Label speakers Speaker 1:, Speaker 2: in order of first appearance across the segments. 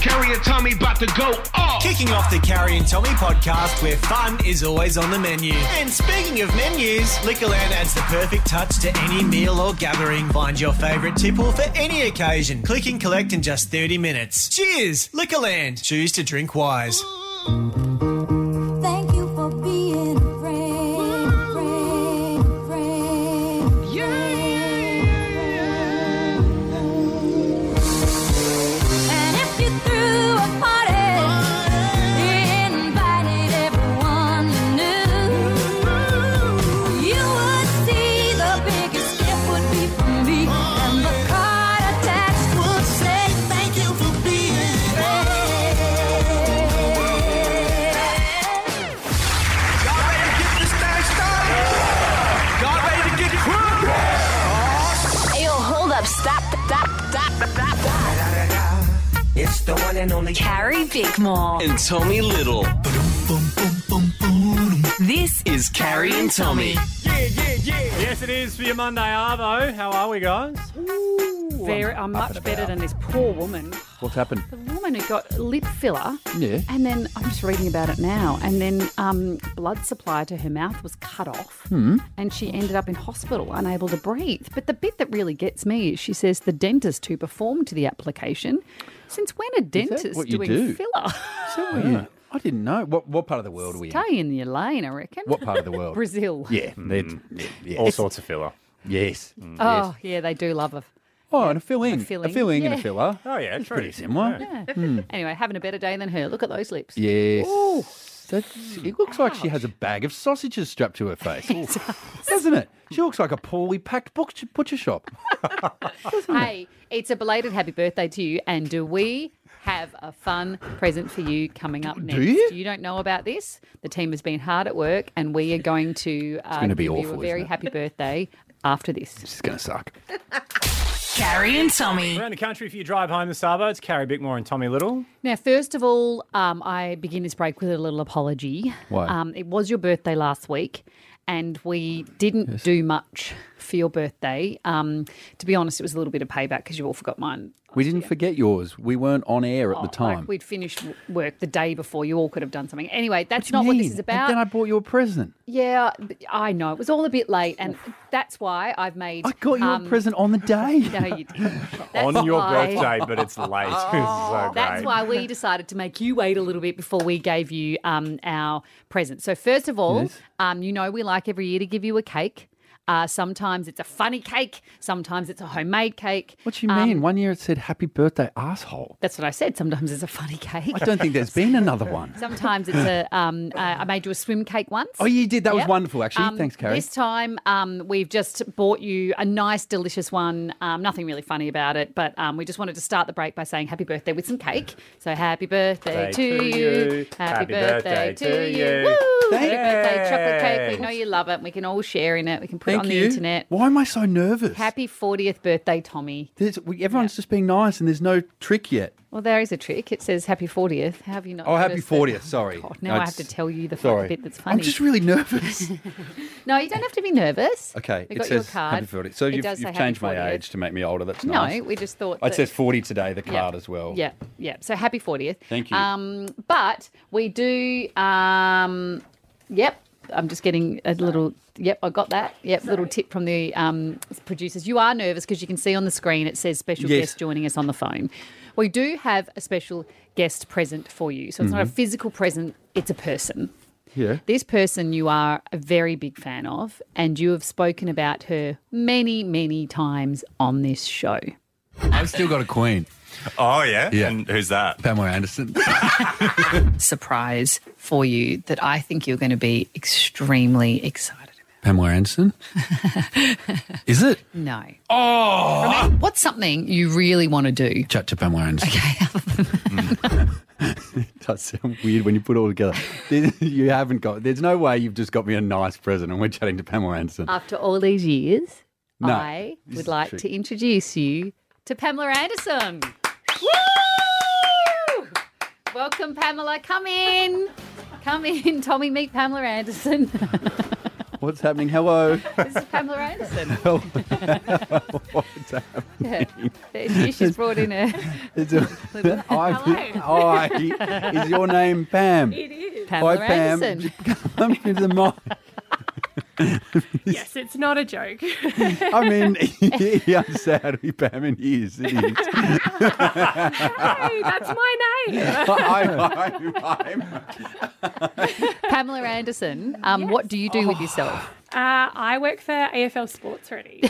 Speaker 1: Carrie and Tommy about to go off.
Speaker 2: Kicking off the Carrie and Tommy podcast where fun is always on the menu. And speaking of menus, Liquorland adds the perfect touch to any meal or gathering. Find your favourite tipple for any occasion. Click and collect in just 30 minutes. Cheers, Liquorland. Choose to drink wise.
Speaker 3: Thank you for being a friend, friend, friend. And if you threw a party, you invited everyone you knew. You would see the biggest gift would be from me, and the card attached would say, "Thank you for being friends."
Speaker 4: Yo, hold up, stop, stop, stop, stop, stop.
Speaker 5: It's the one and only
Speaker 4: Carrie Bickmore.
Speaker 6: and Tommy Little.
Speaker 4: This
Speaker 6: Is Carrie and Tommy.
Speaker 7: Yes, it is for your Monday Arvo. How are we, guys?
Speaker 8: Very, I'm much better than this poor woman.
Speaker 9: What's happened?
Speaker 8: The woman who got lip filler,
Speaker 9: Yeah.
Speaker 8: and then I'm just reading about it now, and then um, blood supply to her mouth was cut off,
Speaker 9: Hmm.
Speaker 8: and she ended up in hospital, unable to breathe. But the bit that really gets me is she says the dentist who performed the application. Since when are dentists
Speaker 9: what you
Speaker 8: doing
Speaker 9: do?
Speaker 8: filler?
Speaker 9: So are you? I didn't know. What what part of the world are we in?
Speaker 8: Stay in your lane, I reckon.
Speaker 9: What part of the world?
Speaker 8: Brazil.
Speaker 9: Yeah. they'd- yeah, yeah.
Speaker 7: All sorts of filler.
Speaker 9: Yes. Mm.
Speaker 8: Oh, yeah, they do love it.
Speaker 9: Oh, and a fill in. A
Speaker 8: filling.
Speaker 9: filling and a
Speaker 8: Yeah.
Speaker 9: filler.
Speaker 7: Oh, yeah,
Speaker 9: It's
Speaker 7: true.
Speaker 9: pretty similar. Hmm.
Speaker 8: Anyway, having a better day than her. Look at those lips.
Speaker 9: Yes. That's, it looks like she has a bag of sausages strapped to her face, doesn't it? She looks like a poorly packed butcher, butcher shop.
Speaker 8: Hey, it's a belated happy birthday to you, and do we have a fun present for you coming up next?
Speaker 9: you?
Speaker 8: don't know about this. The team has been hard at work, and we are going to uh,
Speaker 9: gonna be
Speaker 8: give you
Speaker 9: awful,
Speaker 8: a
Speaker 9: isn't
Speaker 8: very
Speaker 9: it?
Speaker 8: happy birthday after this.
Speaker 9: She's going to suck.
Speaker 4: Carrie and Tommy.
Speaker 7: Around the country, if you drive home this Arvo, it's Carrie Bickmore and Tommy Little.
Speaker 8: Now, first of all, um, I begin this break with a little apology.
Speaker 9: Why?
Speaker 8: Um, it was your birthday last week, and we didn't do much for your birthday. Um, to be honest, it was a little bit of payback because you all forgot mine.
Speaker 9: We didn't forget yours. We weren't on air at the
Speaker 8: Oh, Like,
Speaker 9: time.
Speaker 8: we'd finished w- work the day before. You all could have done something. Anyway, that's
Speaker 9: do you
Speaker 8: not what
Speaker 9: mean?
Speaker 8: this is about.
Speaker 9: And then I bought you a present.
Speaker 8: Yeah, b- I know. It was all a bit late, and that's why I've made.
Speaker 9: I got you
Speaker 8: um,
Speaker 9: a present on the day.
Speaker 8: No, you didn't. That's
Speaker 7: On your
Speaker 8: why-
Speaker 7: birthday, but it's late. It's so great.
Speaker 8: Oh, That's why we decided to make you wait a little bit before we gave you um, our present. So first of all,
Speaker 9: Yes.
Speaker 8: um, you know we like every year to give you a cake. Uh, sometimes it's a funny cake. Sometimes it's a homemade cake. Um,
Speaker 9: What do you mean? One year it said "Happy Birthday, asshole."
Speaker 8: That's what I said. Sometimes it's a funny cake.
Speaker 9: I don't think there's been another one.
Speaker 8: Sometimes it's a. Um, uh, I made you a swim cake once.
Speaker 9: Oh, you did. That was
Speaker 8: Yep.
Speaker 9: wonderful, actually.
Speaker 8: Um,
Speaker 9: Thanks, Carrie.
Speaker 8: This time um, we've just bought you a nice, delicious one. Um, nothing really funny about it, but um, we just wanted to start the break by saying happy birthday with some cake. So happy
Speaker 7: Day
Speaker 8: birthday to,
Speaker 7: to
Speaker 8: you.
Speaker 7: you.
Speaker 8: Happy
Speaker 7: Happy
Speaker 8: birthday,
Speaker 7: birthday
Speaker 8: to
Speaker 7: to
Speaker 8: you.
Speaker 7: you.
Speaker 8: Woo!
Speaker 9: Thank-
Speaker 8: happy birthday chocolate cake.
Speaker 7: Yay.
Speaker 8: We know you love it. We can all share in it. We can put it on the internet.
Speaker 9: Why am I so nervous?
Speaker 8: Happy 40th birthday, Tommy.
Speaker 9: There's, we, everyone's just being nice, and there's no trick yet.
Speaker 8: Well, there is a trick. It says happy 40th. How have you not?
Speaker 9: Oh, happy
Speaker 8: noticed that?
Speaker 9: 40th. Sorry.
Speaker 8: God, now I have
Speaker 9: It's-
Speaker 8: to tell you the fun
Speaker 9: Sorry.
Speaker 8: bit that's
Speaker 9: I'm
Speaker 8: funny.
Speaker 9: just really nervous.
Speaker 8: No, you don't have to be nervous.
Speaker 9: okay,
Speaker 8: we
Speaker 9: it
Speaker 8: got
Speaker 9: says
Speaker 8: your card.
Speaker 9: happy 40. So
Speaker 8: It
Speaker 9: you've,
Speaker 8: does say
Speaker 9: you've
Speaker 8: happy
Speaker 9: changed
Speaker 8: 40th.
Speaker 9: my age to make me older. That's nice.
Speaker 8: No, we just thought
Speaker 9: It
Speaker 8: that-
Speaker 9: says 40 today. The
Speaker 8: Yeah.
Speaker 9: card as well.
Speaker 8: Yeah, yeah. So happy 40th.
Speaker 9: Thank you.
Speaker 8: Um, but we do, um, yep. I'm just getting a little, yep, I got that. Yep, little tip from the um, producers. You are nervous because you can see on the screen it says special
Speaker 9: Yes.
Speaker 8: guest joining us on the phone. We do have a special guest present for you. So it's
Speaker 9: Mm-hmm.
Speaker 8: not a physical present, it's a person.
Speaker 9: Yeah.
Speaker 8: This person you are a very big fan of, and you have spoken about her many, many times on this show.
Speaker 9: I've still got a queen,
Speaker 7: Oh, yeah?
Speaker 9: Yeah.
Speaker 7: And who's that?
Speaker 9: Pamela Anderson.
Speaker 8: surprise for you that I think you're going to be extremely excited
Speaker 9: Pamela Anderson. Is it?
Speaker 8: about. No. Oh! what's something you really want to do?
Speaker 9: Chat to Pamela Anderson. Okay. Does sound weird when you put it all together. There- you haven't got. There's no way you've just got me a nice present and we're chatting to Pamela Anderson.
Speaker 8: After all these years,
Speaker 9: No,
Speaker 8: I
Speaker 9: this is
Speaker 8: would like
Speaker 9: true.
Speaker 8: to introduce you to Pamela Anderson. Woo! Welcome, Pamela. Come in. Come in. Tommy, meet Pamela Anderson.
Speaker 9: What's happening? Hello.
Speaker 8: This is Pamela Anderson.
Speaker 9: What's happening?
Speaker 8: Yeah. She's brought in a
Speaker 9: Is it- I, I- is your name Pam?
Speaker 8: Pamela
Speaker 9: Hi, Pam.
Speaker 8: Anderson.
Speaker 9: Come to the mic.
Speaker 10: Yes, it's not a joke.
Speaker 9: I mean, yeah, sadly, Pam, it is. It is.
Speaker 10: hey, that's my name.
Speaker 9: I, I, I'm,
Speaker 8: Pamela Anderson. Um, What do you do with yourself?
Speaker 10: Uh, I work for AFL Sports Ready,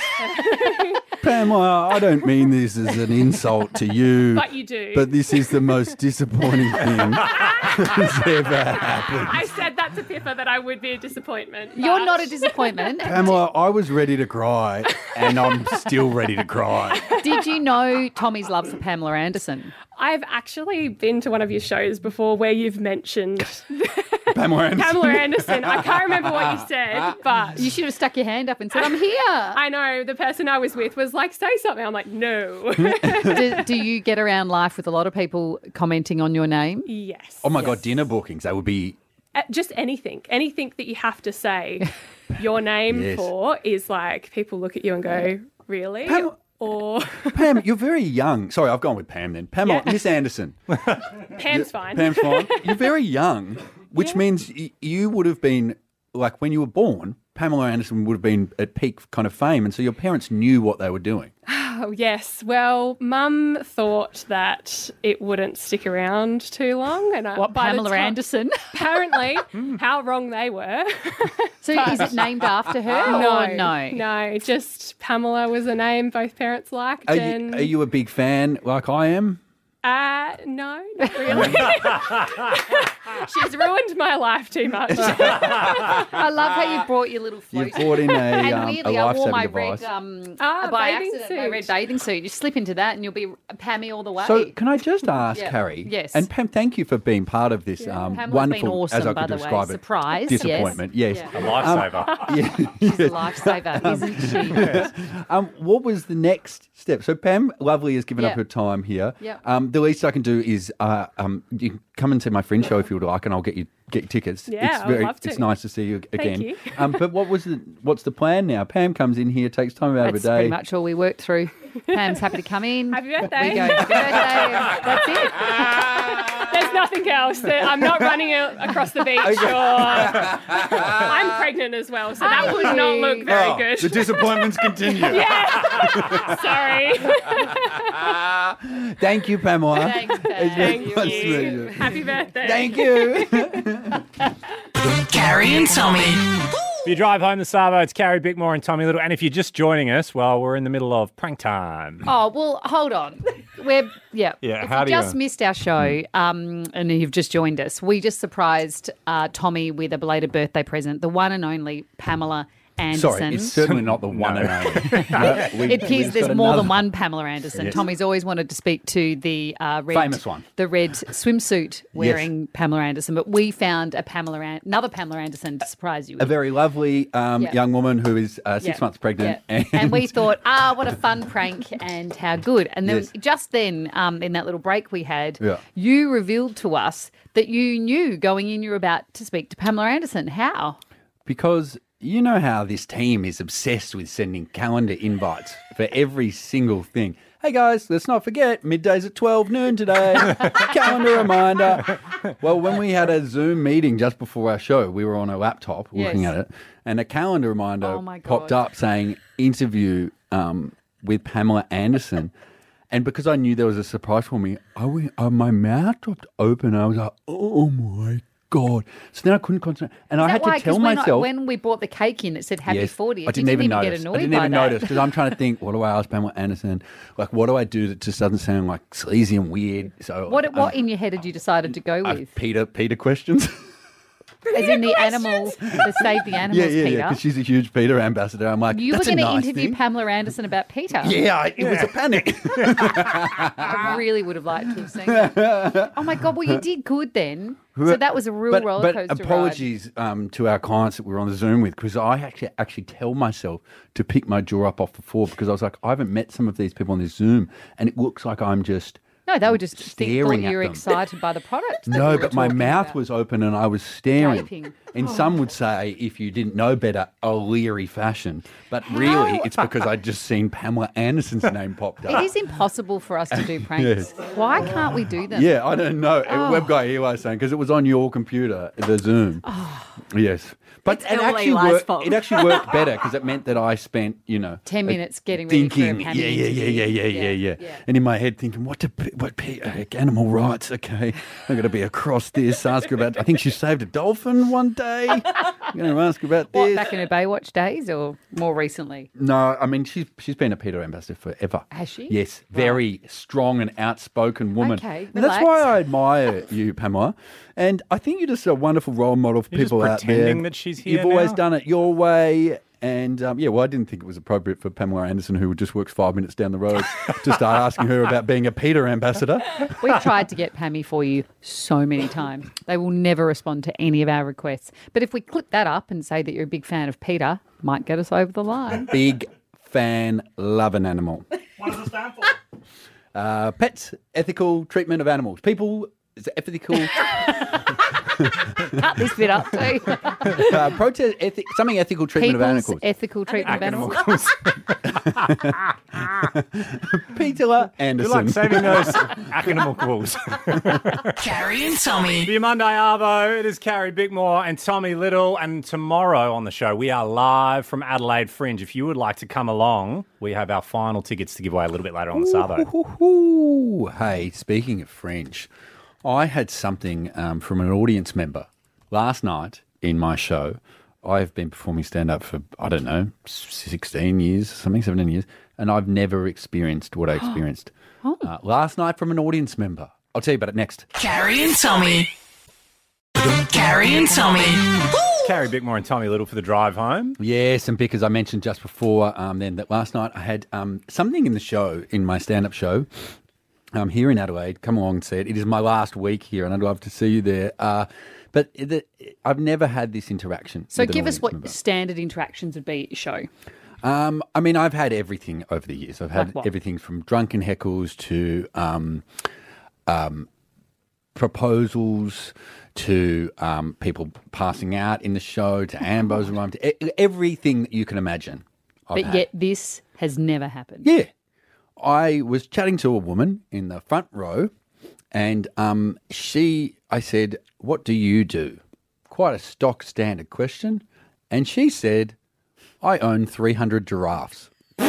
Speaker 9: Pam, I, I don't mean this as an insult to you.
Speaker 10: but you do.
Speaker 9: But this is the most disappointing thing that's ever happened.
Speaker 10: I said that to Pippa that I would be a disappointment.
Speaker 8: You're
Speaker 10: but-
Speaker 8: not a disappointment.
Speaker 9: Pamela, I was ready to cry, and I'm still ready to cry.
Speaker 8: Did you know Tommy's love for Pamela Anderson?
Speaker 10: I've actually been to one of your shows before where you've mentioned
Speaker 9: Pamela Anderson.
Speaker 10: Pamela Anderson. I can't remember what you said, but
Speaker 8: You should have stuck your hand up and said, I'm here.
Speaker 10: I know the person I was with was like, say something. I'm like, no.
Speaker 9: Hmm?
Speaker 8: do, do you get around life with a lot of people commenting on your name?
Speaker 10: yes.
Speaker 9: Oh my God, dinner bookings. They would be.
Speaker 10: Uh, just anything, anything that you have to say your name
Speaker 9: Yes.
Speaker 10: for is like people look at you and go, really?
Speaker 9: Pam-
Speaker 10: or
Speaker 9: Pam, you're very young. Sorry, I've gone with Pam then. Pamela,
Speaker 10: Yeah.
Speaker 9: Miss Anderson.
Speaker 10: Pam's fine.
Speaker 9: Pam's fine. You're very young, which means y- you would have been, like, when you were born, Pamela Anderson would have been at peak kind of fame. And so your parents knew what they were doing.
Speaker 10: Oh, yes. Well, Mum thought that it wouldn't stick around too long. and I,
Speaker 8: What,
Speaker 10: by the
Speaker 8: Pamela
Speaker 10: ti-
Speaker 8: Anderson?
Speaker 10: Apparently,
Speaker 9: Hmm.
Speaker 10: how wrong they were.
Speaker 8: So is it named after her? or no.
Speaker 10: No, just Pamela was a name both parents liked.
Speaker 9: Are,
Speaker 10: and
Speaker 9: you, are you a big fan like I am?
Speaker 10: Uh, no, not really. She's ruined my life too much.
Speaker 8: I love how you brought your little
Speaker 9: You
Speaker 8: float.
Speaker 9: brought in a,
Speaker 8: and
Speaker 9: um, a
Speaker 8: weirdly, I wore
Speaker 9: lifesaving
Speaker 8: my
Speaker 9: device.
Speaker 8: red, um,
Speaker 10: Ah,
Speaker 8: by
Speaker 10: bathing
Speaker 8: accident, my
Speaker 10: suit.
Speaker 8: red bathing suit. You slip into that and you'll be uh, Pammy all the way.
Speaker 9: So can I just ask,
Speaker 8: Yeah.
Speaker 9: Carrie?
Speaker 8: Yes.
Speaker 9: And Pam, thank you for being part of this
Speaker 8: Pamela's
Speaker 9: um,
Speaker 8: been
Speaker 9: wonderful,
Speaker 8: awesome,
Speaker 9: as I
Speaker 8: by
Speaker 9: could
Speaker 8: the way.
Speaker 9: describe it,
Speaker 8: Surprise, yes.
Speaker 9: disappointment. Yes. Um,
Speaker 8: Yeah.
Speaker 7: Lifesaver.
Speaker 9: Yeah.
Speaker 8: She's a lifesaver, isn't she?
Speaker 9: Um, what was the next step? So Pam, lovely, has given
Speaker 8: Yeah.
Speaker 9: up her time here.
Speaker 8: Yeah.
Speaker 9: Um, the least I can do is uh, um, you can come and see my friend show if you would like, and I'll get you get you tickets.
Speaker 10: Yeah,
Speaker 9: it's
Speaker 10: I would love to.
Speaker 9: It's nice to see you again.
Speaker 10: you.
Speaker 9: um, but what was the what's the plan now? Pam comes in here, takes time out
Speaker 8: That's
Speaker 9: of her day.
Speaker 8: pretty much all we worked through. Pam's happy to come in.
Speaker 10: Happy
Speaker 8: we
Speaker 10: birthday.
Speaker 8: go, "Happy birthday. That's it.
Speaker 10: There's nothing else. That I'm not running a- across the beach or I'm pregnant as well, so that would not look very
Speaker 9: Oh,
Speaker 10: good.
Speaker 9: The disappointments continue.
Speaker 10: Yeah. Sorry.
Speaker 9: Thank you, Pamela.
Speaker 8: Thanks, Pam.
Speaker 9: It's been
Speaker 10: Thank
Speaker 9: much
Speaker 10: you.
Speaker 9: pleasure.
Speaker 10: Happy birthday.
Speaker 9: Thank you.
Speaker 6: Carrie and Tommy.
Speaker 7: If you drive home the Savo, it's Carrie Bickmore and Tommy Little. And if you're just joining us, well, we're in the middle of prank time.
Speaker 8: Oh well, hold on. We're yeah.
Speaker 7: Yeah,
Speaker 8: If
Speaker 7: how
Speaker 8: you
Speaker 7: do you- Mm.
Speaker 8: just missed our show, um, and you've just joined us, we just surprised uh, Tommy with a belated birthday present, the one and only Pamela Anderson.
Speaker 9: Sorry, it's certainly not the one and only. No, we-
Speaker 8: it appears
Speaker 9: we've
Speaker 8: there's
Speaker 9: got
Speaker 8: more
Speaker 9: another-
Speaker 8: than one Pamela Anderson. Tommy's always wanted to speak to the uh, red,
Speaker 9: Famous one.
Speaker 8: the red swimsuit wearing Pamela Anderson, but we found a Pamela, An- another Pamela Anderson to surprise you.
Speaker 9: A
Speaker 8: With.
Speaker 9: very lovely um,
Speaker 8: Yeah.
Speaker 9: young woman who is uh, six
Speaker 8: Yeah.
Speaker 9: months pregnant.
Speaker 8: Yeah. And, we thought, ah, what a fun prank and how good. And then
Speaker 9: Yes.
Speaker 8: just then, um, in that little break we had,
Speaker 9: Yeah.
Speaker 8: you revealed to us that you knew going in you were about to speak to Pamela Anderson. How?
Speaker 9: because you know how this team is obsessed with sending calendar invites for every single thing. Hey guys, let's not forget middays at 12 noon today. calendar reminder. Well, when we had a Zoom meeting just before our show, we were on a laptop looking
Speaker 8: Yes.
Speaker 9: at it, and a calendar reminder
Speaker 8: Oh my
Speaker 9: popped
Speaker 8: God.
Speaker 9: up saying interview um, with Pamela Anderson. And because I knew there was a surprise for me, I went, uh, my mouth dropped open. I was like, oh my God. So then I couldn't concentrate. And I
Speaker 8: Is
Speaker 9: had
Speaker 8: that why?
Speaker 9: to tell
Speaker 8: 'Cause when I-
Speaker 9: myself.
Speaker 8: when we bought the cake in, it said happy
Speaker 9: Yes.
Speaker 8: 40th.
Speaker 9: I
Speaker 8: You
Speaker 9: didn't, even
Speaker 8: get
Speaker 9: notice.
Speaker 8: annoyed
Speaker 9: I didn't
Speaker 8: by
Speaker 9: even
Speaker 8: that.
Speaker 9: notice because I'm trying to think, what do I ask Pamela Anderson? Like, what do I do that just doesn't sound like sleazy and weird? So
Speaker 8: What, what
Speaker 9: um,
Speaker 8: in your head had you decided to go
Speaker 9: uh,
Speaker 8: with?
Speaker 9: Peter Peter questions.
Speaker 8: As in the animals, the save the animals,
Speaker 9: yeah, yeah, yeah.
Speaker 8: Peter.
Speaker 9: Because she's a huge Peter ambassador. I'm like,
Speaker 8: you were
Speaker 9: that's
Speaker 8: going
Speaker 9: a
Speaker 8: to
Speaker 9: nice
Speaker 8: interview
Speaker 9: thing.
Speaker 8: Pamela Anderson about Peter.
Speaker 9: Yeah, I- it was a panic.
Speaker 8: I really would have liked to have seen that. Oh my god! Well, you did good then. So that was a real
Speaker 9: but,
Speaker 8: roller
Speaker 9: but
Speaker 8: coaster.
Speaker 9: apologies um, to our clients that we we're on the Zoom with because I actually actually tell myself to pick my jaw up off the floor because I was like, I haven't met some of these people on this Zoom, and it looks like I'm just
Speaker 8: No, they were just think, thought
Speaker 9: Staring
Speaker 8: you
Speaker 9: at
Speaker 8: were
Speaker 9: them.
Speaker 8: excited by the product. that we
Speaker 9: No,
Speaker 8: were
Speaker 9: but my
Speaker 8: talking
Speaker 9: mouth
Speaker 8: about.
Speaker 9: was open and I was staring.
Speaker 8: Gaping. Oh.
Speaker 9: And some would say, if you didn't know better, a leery fashion. But really, it's because I'd just seen Pamela Anderson's name popped up.
Speaker 8: It is impossible for us to do pranks. Why can't we do them?
Speaker 9: Yeah, I don't know. A
Speaker 8: Oh.
Speaker 9: Web guy here was saying because it was on your computer, the Zoom.
Speaker 8: Oh.
Speaker 9: Yes, but
Speaker 4: It's
Speaker 9: it
Speaker 4: all
Speaker 9: actually,
Speaker 4: Eli's
Speaker 9: worked,
Speaker 4: fault.
Speaker 9: it actually worked better because it meant that I spent you know
Speaker 8: 10
Speaker 9: uh,
Speaker 8: minutes getting ready for a
Speaker 9: thinking.
Speaker 8: panel
Speaker 9: yeah, yeah, yeah, yeah,
Speaker 8: interview.
Speaker 9: yeah, yeah, yeah,
Speaker 8: yeah.
Speaker 9: And in my head, thinking what to p- what p- uh, animal rights? Okay, I'm going to be across this. Ask about. I think she saved a dolphin one day. I'm going to ask about
Speaker 8: What,
Speaker 9: this.
Speaker 8: back in her Baywatch days or more recently?
Speaker 9: No, I mean she's she's been a Peter ambassador forever.
Speaker 8: Has she?
Speaker 9: Yes, very strong and outspoken woman.
Speaker 8: Okay,
Speaker 9: and that's why
Speaker 8: relax.
Speaker 9: I admire you, Pamela. And I think you're just a wonderful role model for
Speaker 7: You're just
Speaker 9: people out there.
Speaker 7: pretending that she's here
Speaker 9: You've always
Speaker 7: now?
Speaker 9: done it your way. And um, yeah, well, I didn't think it was appropriate for Pamela Anderson, who just works five minutes down the road, to start asking her about being a Peter ambassador.
Speaker 8: We've tried to get Pammy for you so many times. They will never respond to any of our requests. But if we clip that up and say that you're a big fan of Peter, might get us over the line.
Speaker 9: Big fan, love an animal.
Speaker 1: What does it stand for?
Speaker 9: Uh, pets, ethical treatment of animals. People, is it ethical.
Speaker 8: Cut this bit up too.
Speaker 9: uh, protest ethi- something ethical treatment
Speaker 8: People's
Speaker 9: of animals.
Speaker 8: ethical treatment of animals.
Speaker 9: Peter
Speaker 7: You're like
Speaker 9: Anderson.
Speaker 7: saving those academicals.
Speaker 6: Carrie and Tommy.
Speaker 7: The Monday Arvo, it is Carrie Bickmore and Tommy Little. And tomorrow on the show, we are live from Adelaide Fringe. If you would like to come along, we have our final tickets to give away a little bit later on the Arvo.
Speaker 9: Ooh, hey, speaking of French, I had something um, from an audience member last night in my show. I have been performing stand up for, I don't know, 16 years, something, 17 years, and I've never experienced what I experienced uh, last night from an audience member. I'll tell you about it next.
Speaker 6: Carrie and Tommy. Carrie and Tommy.
Speaker 7: Carrie Bickmore and Tommy Little for the drive home.
Speaker 9: Yes, and because I mentioned just before, um, then that last night I had um, something in the show, in my stand up show um, here in Adelaide, come along and see it. It is my last week here, and I'd love to see you there. Uh, but the, I've never had this interaction.
Speaker 8: So
Speaker 9: with an
Speaker 8: give us
Speaker 9: audience
Speaker 8: what
Speaker 9: member.
Speaker 8: standard interactions would be at your show.
Speaker 9: Um, I mean, I've had everything over the years. I've had
Speaker 8: Like what?
Speaker 9: everything from drunken heckles to um, um, proposals to um, people passing out in the show
Speaker 8: Oh,
Speaker 9: to ambos around to e- everything that you can imagine. I've
Speaker 8: But
Speaker 9: had.
Speaker 8: yet this has never happened.
Speaker 9: Yeah. I was chatting to a woman in the front row, and um, she, I said, What do you do? Quite a stock standard question. And she said, I own 300 giraffes.
Speaker 8: Is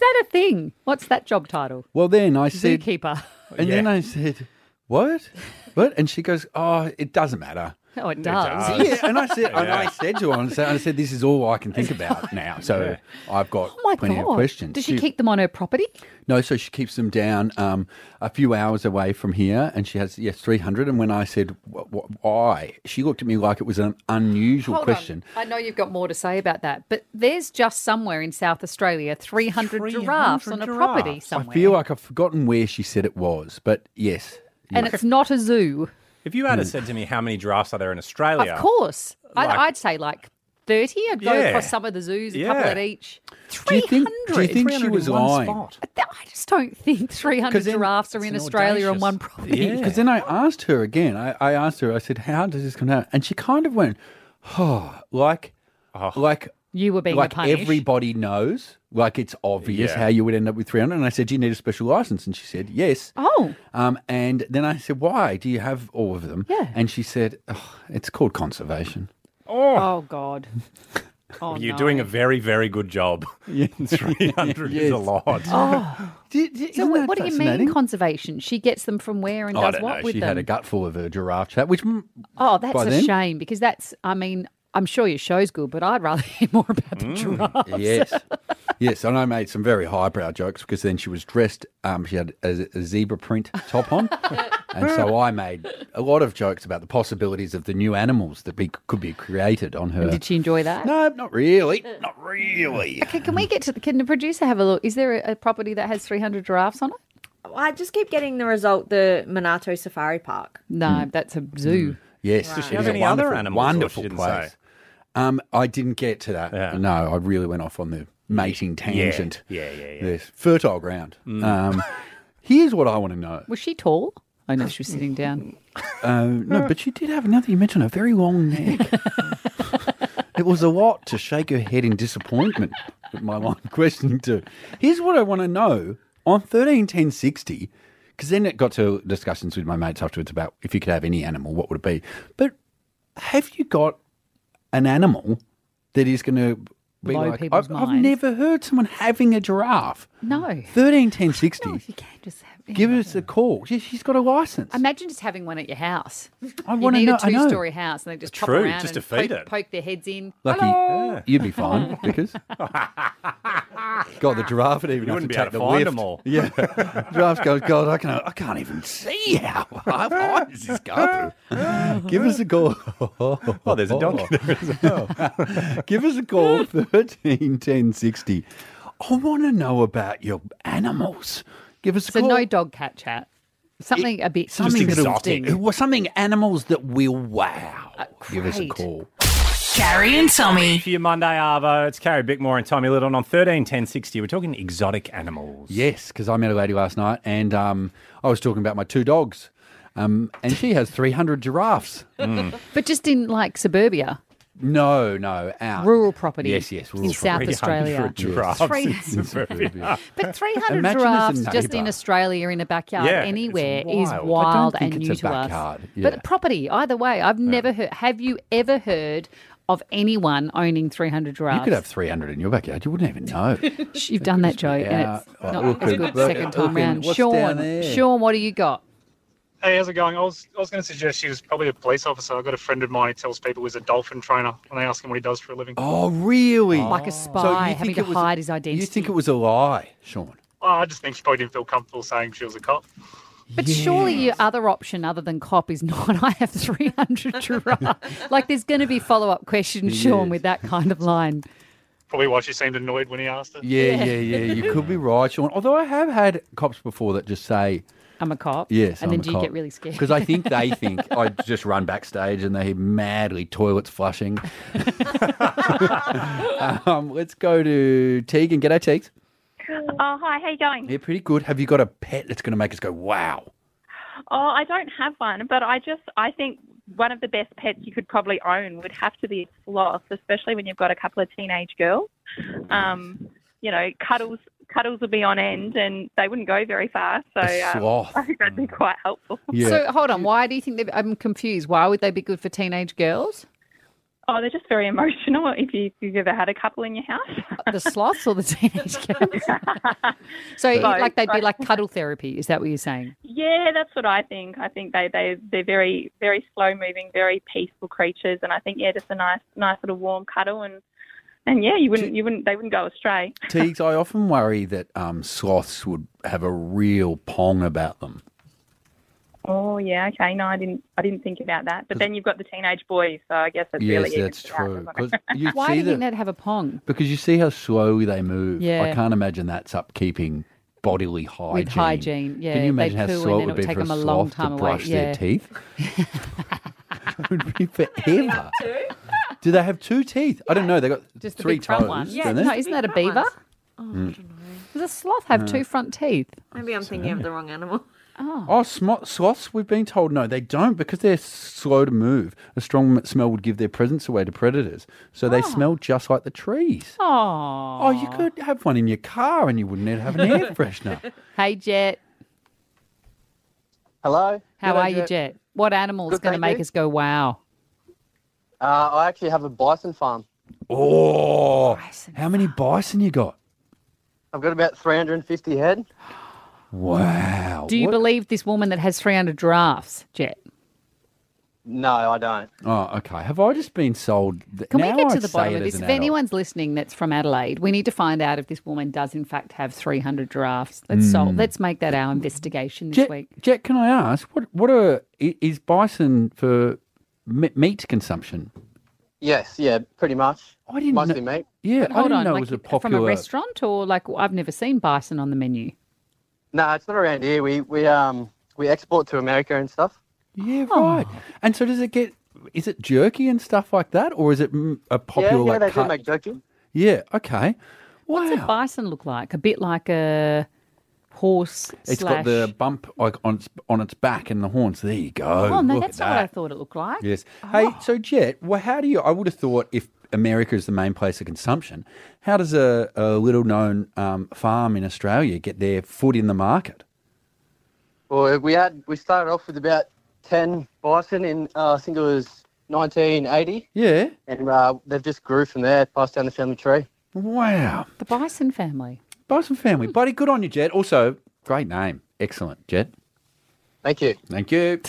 Speaker 8: that a thing? What's that job title?
Speaker 9: Well, then I said,
Speaker 8: Zookeeper.
Speaker 9: And then I said, What? What? And she goes, Oh, it doesn't matter.
Speaker 8: Oh, it does.
Speaker 9: Yeah, and I said, and I said to her, and I said, I said, this is all I can think about now. So I've got
Speaker 8: Oh my
Speaker 9: plenty
Speaker 8: god!
Speaker 9: of questions.
Speaker 8: Does she keep them on her property?
Speaker 9: No, so she keeps them down um, a few hours away from here, and she has yes, three hundred. And when I said wh- wh- why, she looked at me like it was an unusual question.
Speaker 8: I know you've got more to say about that, but there's just somewhere in South Australia 300, giraffes on a property
Speaker 7: giraffes.
Speaker 8: somewhere.
Speaker 9: I feel like I've forgotten where she said it was, but yes,
Speaker 8: and it's not a zoo.
Speaker 7: If
Speaker 9: Hmm.
Speaker 7: you had have said to me how many giraffes are there in Australia,
Speaker 8: Of course.
Speaker 7: Like-
Speaker 8: I'd, I'd say like 30. I'd go
Speaker 7: Yeah.
Speaker 8: across some of the zoos, a couple
Speaker 7: Yeah.
Speaker 8: at each.
Speaker 9: do you think do you
Speaker 8: 300?
Speaker 9: think she
Speaker 7: 300
Speaker 9: was
Speaker 7: in one
Speaker 9: lying?
Speaker 7: spot.
Speaker 8: Th- I just don't think 300
Speaker 9: then
Speaker 8: giraffes are in Australia on one property.
Speaker 7: Yeah.
Speaker 9: Because then I asked her again. I, I asked her. I said, "How does this come out?" And she kind of went, "Oh, like,
Speaker 7: Oh.
Speaker 9: like."
Speaker 8: You were being
Speaker 9: like
Speaker 8: a punish.
Speaker 9: everybody knows, like it's obvious
Speaker 7: Yeah.
Speaker 9: how you would end up with 300. And I said, Do you need a special license? And she said, Yes.
Speaker 8: Oh.
Speaker 9: Um, and then I said, Why do you have all of them?
Speaker 8: Yeah.
Speaker 9: And she said, oh, It's called conservation.
Speaker 8: Oh, God. Oh,
Speaker 7: You're
Speaker 8: no.
Speaker 7: doing a very, very good job. 300 is a
Speaker 9: Yes.
Speaker 7: lot.
Speaker 8: Oh. So, wh- what do you mean conservation? She gets them from where and
Speaker 9: Oh, I
Speaker 8: does
Speaker 9: don't
Speaker 8: what
Speaker 9: know.
Speaker 8: with
Speaker 9: She
Speaker 8: them?
Speaker 9: had a gutful of her giraffe chat, which mm,
Speaker 8: Oh, that's
Speaker 9: by
Speaker 8: a
Speaker 9: then.
Speaker 8: shame because that's, I mean, I'm sure your show's good, but I'd rather hear more about the
Speaker 9: Mm.
Speaker 8: giraffe.
Speaker 9: Yes. yes. And I made some very highbrow jokes because then she was dressed, um, she had a, a zebra print top on. and so I made a lot of jokes about the possibilities of the new animals that be, could be created on her.
Speaker 8: Did she enjoy that?
Speaker 9: No, not really. Not really.
Speaker 8: Okay, can we get to the, can the producer have a look? Is there a, a property that has 300 giraffes on it?
Speaker 11: I just keep getting the result the Monato Safari Park.
Speaker 8: No,
Speaker 9: Mm.
Speaker 8: that's a zoo.
Speaker 9: Yes. Does
Speaker 7: she have any other animals or she
Speaker 9: Wonderful
Speaker 7: didn't
Speaker 9: place.
Speaker 7: say?
Speaker 9: Um, I didn't get to that.
Speaker 7: Yeah.
Speaker 9: No, I really went off on the mating tangent.
Speaker 7: Yeah, yeah, Mm. yeah.
Speaker 9: Yes, fertile ground. Um, here's what I want to know.
Speaker 8: Was she tall? I know she was sitting down.
Speaker 9: Um,
Speaker 8: Mm.
Speaker 9: no, but she did have another. You mentioned a very long neck. it was a lot to shake her head in disappointment. With my line question too. Here's what I want to know on thirteen ten sixty, because then it got to discussions with my mates afterwards about if you could have any animal, what would it be? But have you got an animal that is going to be
Speaker 8: Blow
Speaker 9: like?
Speaker 8: people's
Speaker 9: I've, I've
Speaker 8: minds.
Speaker 9: never heard someone having a giraffe.
Speaker 8: No.
Speaker 9: Thirteen ten sixty.
Speaker 8: You can't just have.
Speaker 9: Give us a call. She, she's got a license.
Speaker 8: Imagine just having one at your house.
Speaker 9: I
Speaker 8: you
Speaker 9: wanna
Speaker 8: need
Speaker 9: know-
Speaker 8: a
Speaker 9: I know.
Speaker 8: two-story house, and they just pop
Speaker 9: True,
Speaker 8: around
Speaker 9: just
Speaker 8: and
Speaker 9: to feed
Speaker 8: poke,
Speaker 9: it.
Speaker 8: poke their heads in.
Speaker 9: Lucky,
Speaker 8: Hello.
Speaker 9: you'd be fine because God, the giraffe would even
Speaker 7: You
Speaker 9: have
Speaker 7: wouldn't
Speaker 9: to
Speaker 7: be
Speaker 9: take
Speaker 7: able to
Speaker 9: the
Speaker 7: find
Speaker 9: lift.
Speaker 7: them all.
Speaker 9: Yeah, giraffe goes. God, I can I can't even see how high high does this go through. Give us a call. Oh,
Speaker 7: there's a donkey there
Speaker 9: as well. Give us a call thirteen ten sixty. I want to know about your animals. Give us a
Speaker 8: So
Speaker 9: call.
Speaker 8: no dog cat chat. Something a bit something
Speaker 9: that'll-
Speaker 8: exotic.
Speaker 9: Well, something animals that will wow. Give us a
Speaker 8: great.
Speaker 9: call.
Speaker 7: Carrie and Tommy. For your Monday Arvo, it's Carrie Bickmore and Tommy Little. And on 13 10 60, we're talking exotic animals.
Speaker 9: Yes, because I met a lady last night, and um, I was talking about my two dogs, um, and she has three hundred giraffes.
Speaker 8: But just in like suburbia,
Speaker 9: No, no, out
Speaker 8: rural property.
Speaker 9: Yes, yes, rural
Speaker 8: in South
Speaker 9: property.
Speaker 8: Australia.
Speaker 9: 300 giraffes in
Speaker 8: Three-
Speaker 9: suburbia.
Speaker 8: But 300
Speaker 9: Imagine as a
Speaker 8: giraffes just in
Speaker 9: neighbour.
Speaker 8: Australia in a backyard
Speaker 9: Yeah,
Speaker 8: anywhere
Speaker 9: it's
Speaker 8: is
Speaker 9: wild. I don't
Speaker 8: wild
Speaker 9: think
Speaker 8: and
Speaker 9: it's
Speaker 8: new
Speaker 9: a
Speaker 8: to us.
Speaker 9: backyard, yeah.
Speaker 8: But property, either way, I've never heard. Have you ever heard of anyone owning 300 giraffes?
Speaker 9: You could have three hundred in your backyard. You wouldn't even know.
Speaker 8: Sh- You've done that, Joe, and it's
Speaker 9: Yeah.
Speaker 8: not
Speaker 9: Look
Speaker 8: as
Speaker 9: at
Speaker 8: good
Speaker 9: that.
Speaker 8: second
Speaker 9: Look at
Speaker 8: time round.
Speaker 9: what's down
Speaker 8: Sean,
Speaker 9: there.
Speaker 8: Sean, what do you got?
Speaker 12: Hey, how's it going? I was I was going to suggest she was probably a police officer. I've got a friend of mine who tells people he's a dolphin trainer when they ask him what he does for a living.
Speaker 9: Oh, really?
Speaker 8: Like a spy, having to hide his identity.
Speaker 9: You think it was a lie, Sean?
Speaker 12: Oh, I just think she probably didn't feel comfortable saying she was a cop.
Speaker 8: But surely your other option other than cop is not I have 300 giraffe. like there's going to be follow-up questions, Sean, with that kind of line.
Speaker 12: Probably why she seemed annoyed when he asked her.
Speaker 9: Yeah, yeah, yeah. You could be right, Sean. Although I have had cops before that just say,
Speaker 8: I'm a cop.
Speaker 9: Yes.
Speaker 8: And then do you get really scared?
Speaker 9: Because I think they think I just run backstage and they madly toilets flushing. um, let's go to Teagan. G'day, Teags.
Speaker 13: Oh, hi, how you going?
Speaker 9: Yeah, pretty good. Have you got a pet that's going to make us go, wow?
Speaker 13: Oh, I don't have one, but I just, I think one of the best pets you could probably own would have to be a sloth, especially when you've got a couple of teenage girls. Um, you know, cuddles cuddles would be on end and they wouldn't go very far. So
Speaker 8: A
Speaker 13: um,
Speaker 8: sloth.
Speaker 13: I think that'd be quite helpful.
Speaker 8: Oh, So hold on. Why do you think they? I'm confused. Why would they be good for teenage girls?
Speaker 13: Oh, they're just very emotional if, you, if you've ever had a couple in your house.
Speaker 8: The sloths or the teenage girls? so
Speaker 13: Both.
Speaker 8: like they'd be like cuddle therapy. Is that what you're saying?
Speaker 13: Yeah, that's what I think. I think they they they're very very slow moving, very peaceful creatures, and I think yeah, just a nice nice little warm cuddle and and yeah, you wouldn't you wouldn't they wouldn't go astray.
Speaker 9: Teags, I often worry that um, sloths would have a real pong about them.
Speaker 13: Oh yeah, okay. No, I didn't I didn't think about that. But then you've got the teenage boys, so I guess that's
Speaker 9: yes,
Speaker 13: really
Speaker 9: that's true. 'Cause you
Speaker 8: Why do
Speaker 9: see
Speaker 8: you think
Speaker 9: that-
Speaker 8: they'd have a pong?
Speaker 9: Because you see how slowly they move. I
Speaker 8: Yeah.
Speaker 9: can't imagine that's upkeeping bodily hygiene.
Speaker 8: With hygiene, yeah,
Speaker 9: Can
Speaker 8: they
Speaker 9: you imagine how
Speaker 8: poo and then
Speaker 9: slow it
Speaker 8: it
Speaker 9: would
Speaker 8: would
Speaker 9: be
Speaker 8: take
Speaker 9: for a
Speaker 8: them a long
Speaker 9: sloth
Speaker 8: time
Speaker 9: to
Speaker 8: away,
Speaker 9: brush
Speaker 8: yeah.
Speaker 9: their teeth? it would be forever. Do they have two teeth? I don't know. They got
Speaker 8: Just the
Speaker 9: three
Speaker 8: big front
Speaker 9: toes.
Speaker 8: one.
Speaker 9: don't
Speaker 8: no,
Speaker 9: they?
Speaker 8: isn't that a beaver? Oh,
Speaker 9: Mm.
Speaker 8: Does a sloth have
Speaker 9: No.
Speaker 8: two front teeth?
Speaker 11: Maybe I'm thinking of the wrong animal.
Speaker 9: Oh, smo- sloths, we've been told no, they don't because they're slow to move. A strong m- smell would give their presence away to predators. So
Speaker 8: Ah.
Speaker 9: they smell just like the trees.
Speaker 8: Oh.
Speaker 9: Oh, you could have one in your car and you wouldn't need to have an air freshener.
Speaker 8: Hey, Jet.
Speaker 14: Hello.
Speaker 8: How
Speaker 14: G'day,
Speaker 8: are you,
Speaker 14: Jet.
Speaker 8: Jet? What animal is
Speaker 14: Good,
Speaker 8: going to
Speaker 14: thank
Speaker 8: make
Speaker 14: you.
Speaker 8: us go wow?
Speaker 14: Uh, I actually have a bison farm.
Speaker 9: Oh, how many bison you got?
Speaker 14: I've got about 350 head.
Speaker 9: Wow.
Speaker 8: Do you
Speaker 9: What-
Speaker 8: believe this woman that has 300 giraffes, Jet?
Speaker 14: No, I don't.
Speaker 9: Oh, okay. Have I just been sold? th-
Speaker 8: Can
Speaker 9: now
Speaker 8: we get to
Speaker 9: I'd
Speaker 8: the
Speaker 9: say
Speaker 8: bottom
Speaker 9: it
Speaker 8: of
Speaker 9: as
Speaker 8: this? If
Speaker 9: an adult.
Speaker 8: anyone's listening that's from Adelaide, we need to find out if this woman does in fact have 300 giraffes. Let's solve.
Speaker 9: Mm.
Speaker 8: Let's make that our investigation this
Speaker 9: Jet,
Speaker 8: week.
Speaker 9: Jet, can I ask what what are i- is bison for me- meat consumption?
Speaker 14: Yes, yeah, pretty much.
Speaker 9: I didn't
Speaker 14: Mostly meat.
Speaker 9: Yeah, I
Speaker 8: Hold
Speaker 9: didn't
Speaker 8: on,
Speaker 9: know
Speaker 8: like,
Speaker 9: it was a
Speaker 8: from
Speaker 9: popular.
Speaker 8: a restaurant or like I've never seen bison on the menu.
Speaker 14: No, it's not around here. We we um we export to America and stuff.
Speaker 9: Yeah,
Speaker 8: Oh.
Speaker 9: right. And so does it get? Is it jerky and stuff like that, or is it mm, a popular
Speaker 14: yeah, yeah,
Speaker 9: like
Speaker 14: they
Speaker 9: cut?
Speaker 14: do make jerky.
Speaker 9: Yeah. Okay.
Speaker 8: What's a bison look like? A bit like a horse.
Speaker 9: It's
Speaker 8: slash...
Speaker 9: got the bump like on its on its back and the horns. There you go.
Speaker 8: Oh, no,
Speaker 9: Look
Speaker 8: that's
Speaker 9: at
Speaker 8: not what I
Speaker 9: that.
Speaker 8: thought it looked like.
Speaker 9: Yes. Hey, so Jet, well, how do you? I would have thought if America is the main place of consumption, how does a, a little known um, farm in Australia get their foot in the market?
Speaker 14: Well, we had we started off with about ten bison in uh, I think it was 1980,
Speaker 9: Yeah.
Speaker 14: and uh, they've just grew from there, passed down the family tree.
Speaker 9: Wow.
Speaker 8: The bison family.
Speaker 9: Bison
Speaker 8: Hmm.
Speaker 9: family. Buddy, good on you, Jet. Also, great name. Excellent, Jet.
Speaker 14: Thank you.
Speaker 9: Thank you.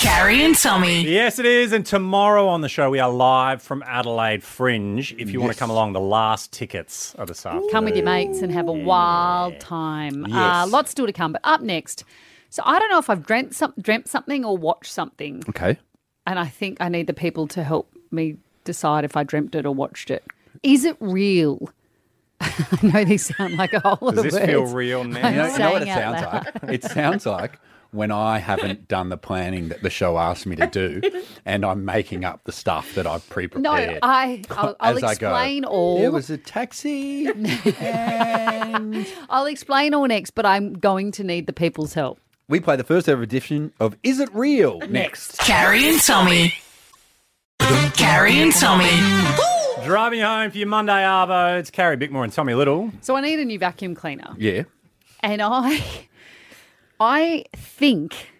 Speaker 7: Carrie and Tommy. Yes, it is. And tomorrow on the show, we are live from Adelaide Fringe. If you want to
Speaker 8: Yes.
Speaker 7: come along, the last tickets are this afternoon.
Speaker 8: Come
Speaker 9: Oh,
Speaker 8: with your mates and have a wild time. Uh,
Speaker 7: Yes.
Speaker 8: lots still to come. But up next, so I don't know if I've dreamt, some, dreamt something or watched something.
Speaker 9: Okay.
Speaker 8: And I think I need the people to help me decide if I dreamt it or watched it. Is it real? I know these sound like a whole lot
Speaker 9: Does
Speaker 8: of
Speaker 9: this feel
Speaker 8: words.
Speaker 9: real
Speaker 8: I'm
Speaker 9: You know, you know what it
Speaker 8: saying out
Speaker 9: sounds
Speaker 8: loud.
Speaker 9: like? It sounds like when I haven't done the planning that the show asked me to do, and I'm making up the stuff that I've pre-prepared.
Speaker 8: No, I, I'll, I'll
Speaker 9: as I go.
Speaker 8: explain all.
Speaker 9: There was a taxi.
Speaker 8: I'll explain all next, but I'm going to need the people's help.
Speaker 9: we play the first ever edition of Is It Real next.
Speaker 6: Carrie and Tommy. Carrie and Tommy.
Speaker 7: Driving you home for your Monday Arvo. It's Carrie Bickmore and Tommy Little.
Speaker 8: So I need a new vacuum cleaner.
Speaker 9: Yeah.
Speaker 8: and I, I think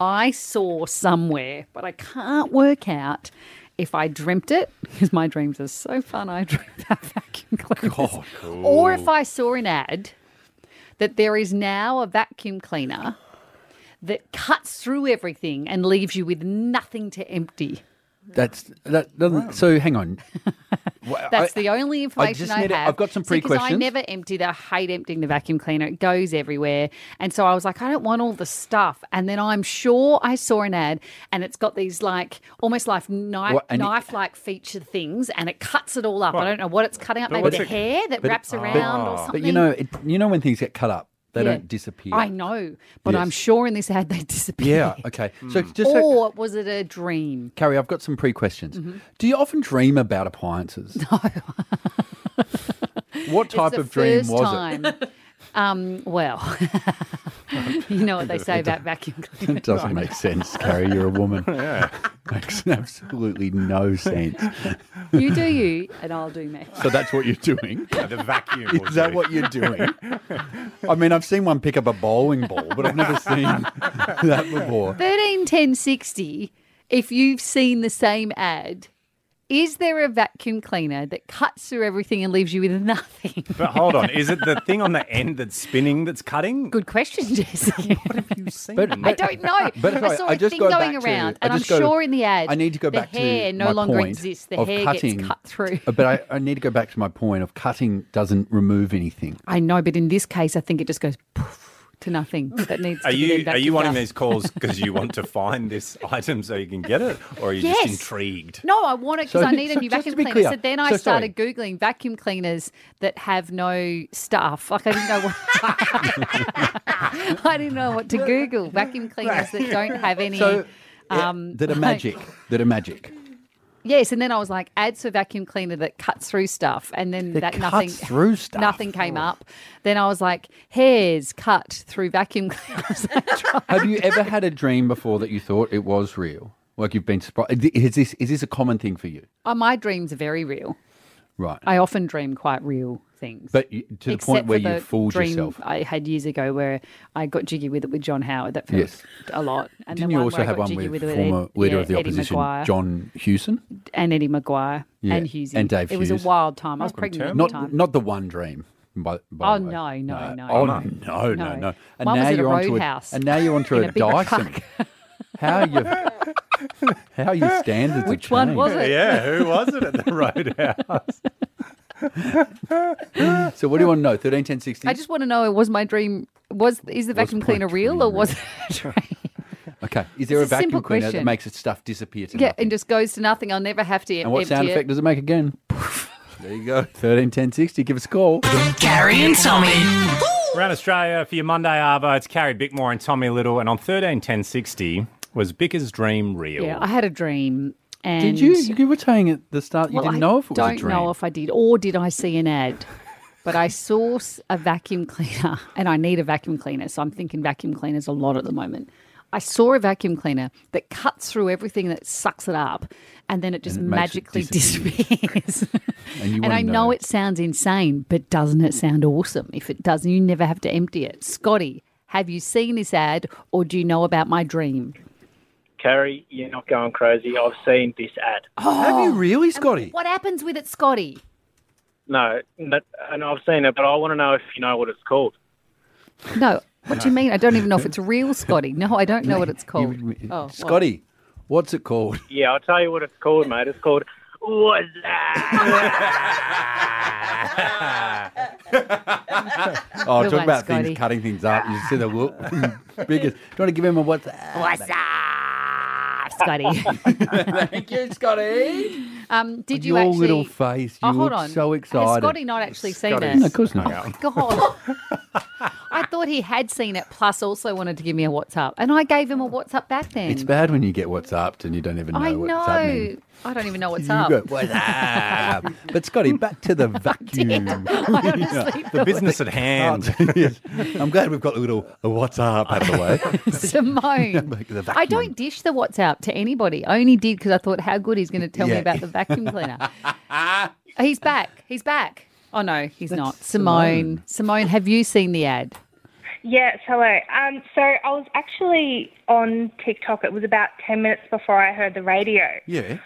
Speaker 8: I saw somewhere, but I can't work out if I dreamt it because my dreams are so fun. I dream about vacuum cleaners, or if I saw an ad that there is now a vacuum cleaner that cuts through everything and leaves you with nothing to empty.
Speaker 9: That's that doesn't. So hang on. Well,
Speaker 8: That's
Speaker 9: I-
Speaker 8: the only information
Speaker 9: just
Speaker 8: I,
Speaker 9: need to-
Speaker 8: have.
Speaker 9: I've got some
Speaker 8: See, 'cause I
Speaker 9: pre-questions.
Speaker 8: never emptied. I hate emptying the vacuum cleaner. It goes everywhere, and so I was like, I don't want all the stuff. And then I'm sure I saw an ad, and it's got these like almost like knife
Speaker 9: What, and it-
Speaker 8: knife like feature things, and it cuts it all up. I don't know what it's cutting up.
Speaker 9: But
Speaker 8: Maybe
Speaker 9: what's
Speaker 8: the
Speaker 9: it-
Speaker 8: hair that
Speaker 9: but-
Speaker 8: wraps
Speaker 9: but-
Speaker 8: around or something.
Speaker 9: But you know, it, you know when things get cut up, they
Speaker 8: Yeah.
Speaker 9: don't disappear.
Speaker 8: I know, but
Speaker 9: Yes.
Speaker 8: I'm sure in this ad they disappear.
Speaker 9: Yeah. Okay. So just so-
Speaker 8: or was it a dream?
Speaker 9: Carrie, I've got some pre-questions.
Speaker 8: Mhm.
Speaker 9: Do you often dream about appliances? No. what
Speaker 8: It's
Speaker 9: type
Speaker 8: the
Speaker 9: of dream
Speaker 8: first
Speaker 9: was
Speaker 8: time. Um, well, you know what they say
Speaker 9: It do-
Speaker 8: about vacuum
Speaker 9: it?
Speaker 8: cleaners.
Speaker 9: It doesn't make sense, Carrie. You're a woman. Makes absolutely no sense.
Speaker 8: You do you, and I'll do me.
Speaker 9: So that's what you're doing.
Speaker 7: the vacuum.
Speaker 9: Is
Speaker 7: will
Speaker 9: that
Speaker 7: do.
Speaker 9: what you're doing? I mean, I've seen one pick up a bowling ball, but I've never seen that before.
Speaker 8: 13, 10, 60, if you've seen the same ad, is there a vacuum cleaner that cuts through everything and leaves you with nothing?
Speaker 7: But hold on. Is it the thing on the end that's spinning that's cutting?
Speaker 8: Good question, Jesse. What have you seen?
Speaker 7: But-
Speaker 8: I don't know.
Speaker 7: but
Speaker 8: I
Speaker 7: sorry,
Speaker 8: saw a
Speaker 9: I just
Speaker 8: thing
Speaker 9: go
Speaker 8: going
Speaker 9: back to-
Speaker 8: around,
Speaker 9: I
Speaker 8: and I'm
Speaker 9: just go-
Speaker 8: sure in the ad,
Speaker 9: I need to go
Speaker 8: the
Speaker 9: back
Speaker 8: hair
Speaker 9: to
Speaker 8: no
Speaker 9: my
Speaker 8: longer
Speaker 9: point
Speaker 8: exists. The
Speaker 9: of
Speaker 8: hair
Speaker 9: cutting,
Speaker 8: gets cut through.
Speaker 9: Uh, But I, I need to go back to my point of cutting doesn't remove anything.
Speaker 8: I know, but in this case, I think it just goes poof to nothing. That needs.
Speaker 7: Are
Speaker 8: to be
Speaker 7: you
Speaker 8: then
Speaker 7: are you
Speaker 8: vacuumed
Speaker 7: wanting
Speaker 8: up.
Speaker 7: these calls because you want to find this item so you can get it, or are you
Speaker 8: Yes.
Speaker 7: just intrigued?
Speaker 8: No, I want it because
Speaker 7: So-
Speaker 8: I need
Speaker 7: so
Speaker 8: a new
Speaker 7: just to
Speaker 8: vacuum
Speaker 7: be
Speaker 8: cleaner.
Speaker 7: clear-
Speaker 8: so then I
Speaker 7: so sorry.
Speaker 8: started googling vacuum cleaners that have no stuff. Like I didn't know what I didn't know what to Google. Vacuum cleaners that don't have any.
Speaker 9: So, yeah,
Speaker 8: um,
Speaker 9: that are
Speaker 8: like-
Speaker 9: magic. That are magic.
Speaker 8: yes, and then I was like, ads for vacuum cleaner that cuts through stuff, and then
Speaker 9: That
Speaker 8: that, nothing
Speaker 9: cuts through stuff.
Speaker 8: Nothing came up. Then I was like, hairs cut through vacuum cleaners.
Speaker 9: Have you ever had a dream before that you thought it was real? Like you've been surprised? Is this is this a common thing for you?
Speaker 8: oh, my dreams are very real.
Speaker 9: Right.
Speaker 8: I often dream quite real things.
Speaker 9: But you, to the point
Speaker 8: Except
Speaker 9: where
Speaker 8: for
Speaker 9: you
Speaker 8: the
Speaker 9: fooled
Speaker 8: dream
Speaker 9: yourself.
Speaker 8: I had years ago where I got jiggy with it with John Howard. That felt
Speaker 9: Yes.
Speaker 8: a lot. And
Speaker 9: Didn't
Speaker 8: the
Speaker 9: you
Speaker 8: one
Speaker 9: also
Speaker 8: where I
Speaker 9: have
Speaker 8: got
Speaker 9: one
Speaker 8: jiggy
Speaker 9: with
Speaker 8: it,
Speaker 9: former leader
Speaker 8: yeah,
Speaker 9: of the
Speaker 8: Eddie
Speaker 9: opposition,
Speaker 8: Maguire
Speaker 9: John Hewson?
Speaker 8: and Eddie Maguire
Speaker 9: Yeah,
Speaker 8: and Husey
Speaker 9: and Dave
Speaker 8: It was a
Speaker 9: Hughes.
Speaker 8: wild time. I was pregnant at the
Speaker 9: Not,
Speaker 8: time.
Speaker 9: not the one dream. By, by
Speaker 8: Oh
Speaker 9: the way.
Speaker 8: no, no, no!
Speaker 9: Oh no, no, no, no. And
Speaker 8: One
Speaker 9: now
Speaker 8: was at a
Speaker 9: you're onto a,
Speaker 8: roadhouse.
Speaker 9: and now you're onto
Speaker 8: in
Speaker 9: a,
Speaker 8: a big
Speaker 9: Dyson.
Speaker 8: truck.
Speaker 9: How you how your standards
Speaker 8: Which
Speaker 9: have
Speaker 8: one
Speaker 9: changed.
Speaker 8: was it? Yeah,
Speaker 7: who was it at the roadhouse?
Speaker 9: so what do you want to know? Thirteen, ten, sixty.
Speaker 8: I just want to know: was my dream was is the vacuum
Speaker 9: my
Speaker 8: cleaner real or was it a dream?
Speaker 9: Okay. Is there a
Speaker 8: It's a
Speaker 9: vacuum
Speaker 8: simple
Speaker 9: cleaner that
Speaker 8: question.
Speaker 9: makes its stuff disappear to
Speaker 8: yeah,
Speaker 9: nothing?
Speaker 8: and just goes to nothing. I'll never have to
Speaker 9: And what
Speaker 8: empty
Speaker 9: sound
Speaker 8: it.
Speaker 9: effect does it make again? there you go. Thirteen, ten, sixty. Give us a call.
Speaker 6: Carrie and Tommy.
Speaker 7: Around Australia for your Monday Arvo, it's Carrie Bickmore and Tommy Little, and on thirteen ten sixty was Bicker's dream real?
Speaker 8: Yeah, I had a dream. And
Speaker 9: Did you? You were saying at the start you
Speaker 8: Well,
Speaker 9: didn't
Speaker 8: I
Speaker 9: know if it was
Speaker 8: don't
Speaker 9: a dream.
Speaker 8: know if I did, or did I see an ad? but I source a vacuum cleaner and I need a vacuum cleaner. So I'm thinking vacuum cleaners a lot at the moment. I saw a vacuum cleaner that cuts through everything that sucks it up and then it just
Speaker 9: And it makes it
Speaker 8: magically
Speaker 9: disappear.
Speaker 8: disappears.
Speaker 9: And you
Speaker 8: and
Speaker 9: wanna
Speaker 8: I know,
Speaker 9: know.
Speaker 8: it sounds insane, but doesn't it sound awesome? If it doesn't, you never have to empty it. Scotty, have you seen this ad or do you know about my dream?
Speaker 15: Carrie, you're not going crazy. I've seen this ad.
Speaker 9: Have
Speaker 8: Oh,
Speaker 9: you really, Scotty?
Speaker 8: What happens with it, Scotty?
Speaker 15: No, but, and I've seen it, but I want to know if you know what it's called.
Speaker 8: No. What do you mean? I don't even know if it's real, Scotty. No, I don't know what it's called. Oh, well.
Speaker 9: Scotty, what's it called?
Speaker 15: Yeah, I'll tell you what it's called, mate. It's called
Speaker 9: Oh,
Speaker 15: What's That?
Speaker 9: Oh, talk about things cutting things up. You see the whoop, biggest. Do you want to give him a what's
Speaker 8: What's up, Scotty?
Speaker 9: Thank you, Scotty.
Speaker 8: Um, did you
Speaker 9: Your
Speaker 8: actually?
Speaker 9: little face. You
Speaker 8: oh, hold
Speaker 9: look
Speaker 8: on.
Speaker 9: so
Speaker 8: Has
Speaker 9: excited.
Speaker 8: Scotty not actually seen
Speaker 9: Scotty's-
Speaker 8: it?
Speaker 9: No, of course not.
Speaker 8: Oh, God. I thought he had seen it. Plus, also wanted to give me a WhatsApp, and I gave him a WhatsApp back then.
Speaker 9: It's bad when you get what's up and you don't even know
Speaker 8: I
Speaker 9: what's
Speaker 8: know.
Speaker 9: happening.
Speaker 8: I don't even know what's
Speaker 9: You
Speaker 8: up.
Speaker 9: go, "What's up?" but Scotty, back to the vacuum.
Speaker 8: honestly
Speaker 7: The business at hand.
Speaker 9: Yes. I'm glad we've got a little uh, what's up out of the way.
Speaker 8: Simone.
Speaker 9: Back to the
Speaker 8: I
Speaker 9: vacuum.
Speaker 8: don't dish the WhatsApp to anybody. I only did because I thought, how good he's going to tell me
Speaker 9: Yeah.
Speaker 8: about the vacuum cleaner. he's back. He's back. Oh, no, he's not. Simone. Simone. have you seen the ad?
Speaker 16: Yes, hello. Um, so I was actually on TikTok. It was about 10 minutes before I heard the radio.
Speaker 9: Yeah.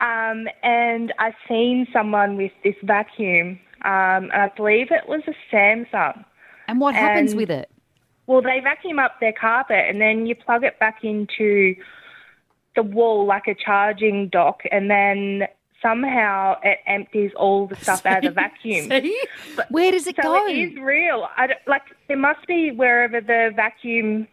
Speaker 16: Um, and I seen someone with this vacuum, um, and I believe it was a Samsung.
Speaker 8: And what
Speaker 16: Um,
Speaker 8: happens with it?
Speaker 16: Well, they vacuum up their carpet, and then you plug it back into the wall like a charging dock, and then somehow it empties all the stuff out of the vacuum.
Speaker 8: See? Where does it
Speaker 16: so
Speaker 8: go?
Speaker 16: It is real. I don't- like there must be wherever the vacuum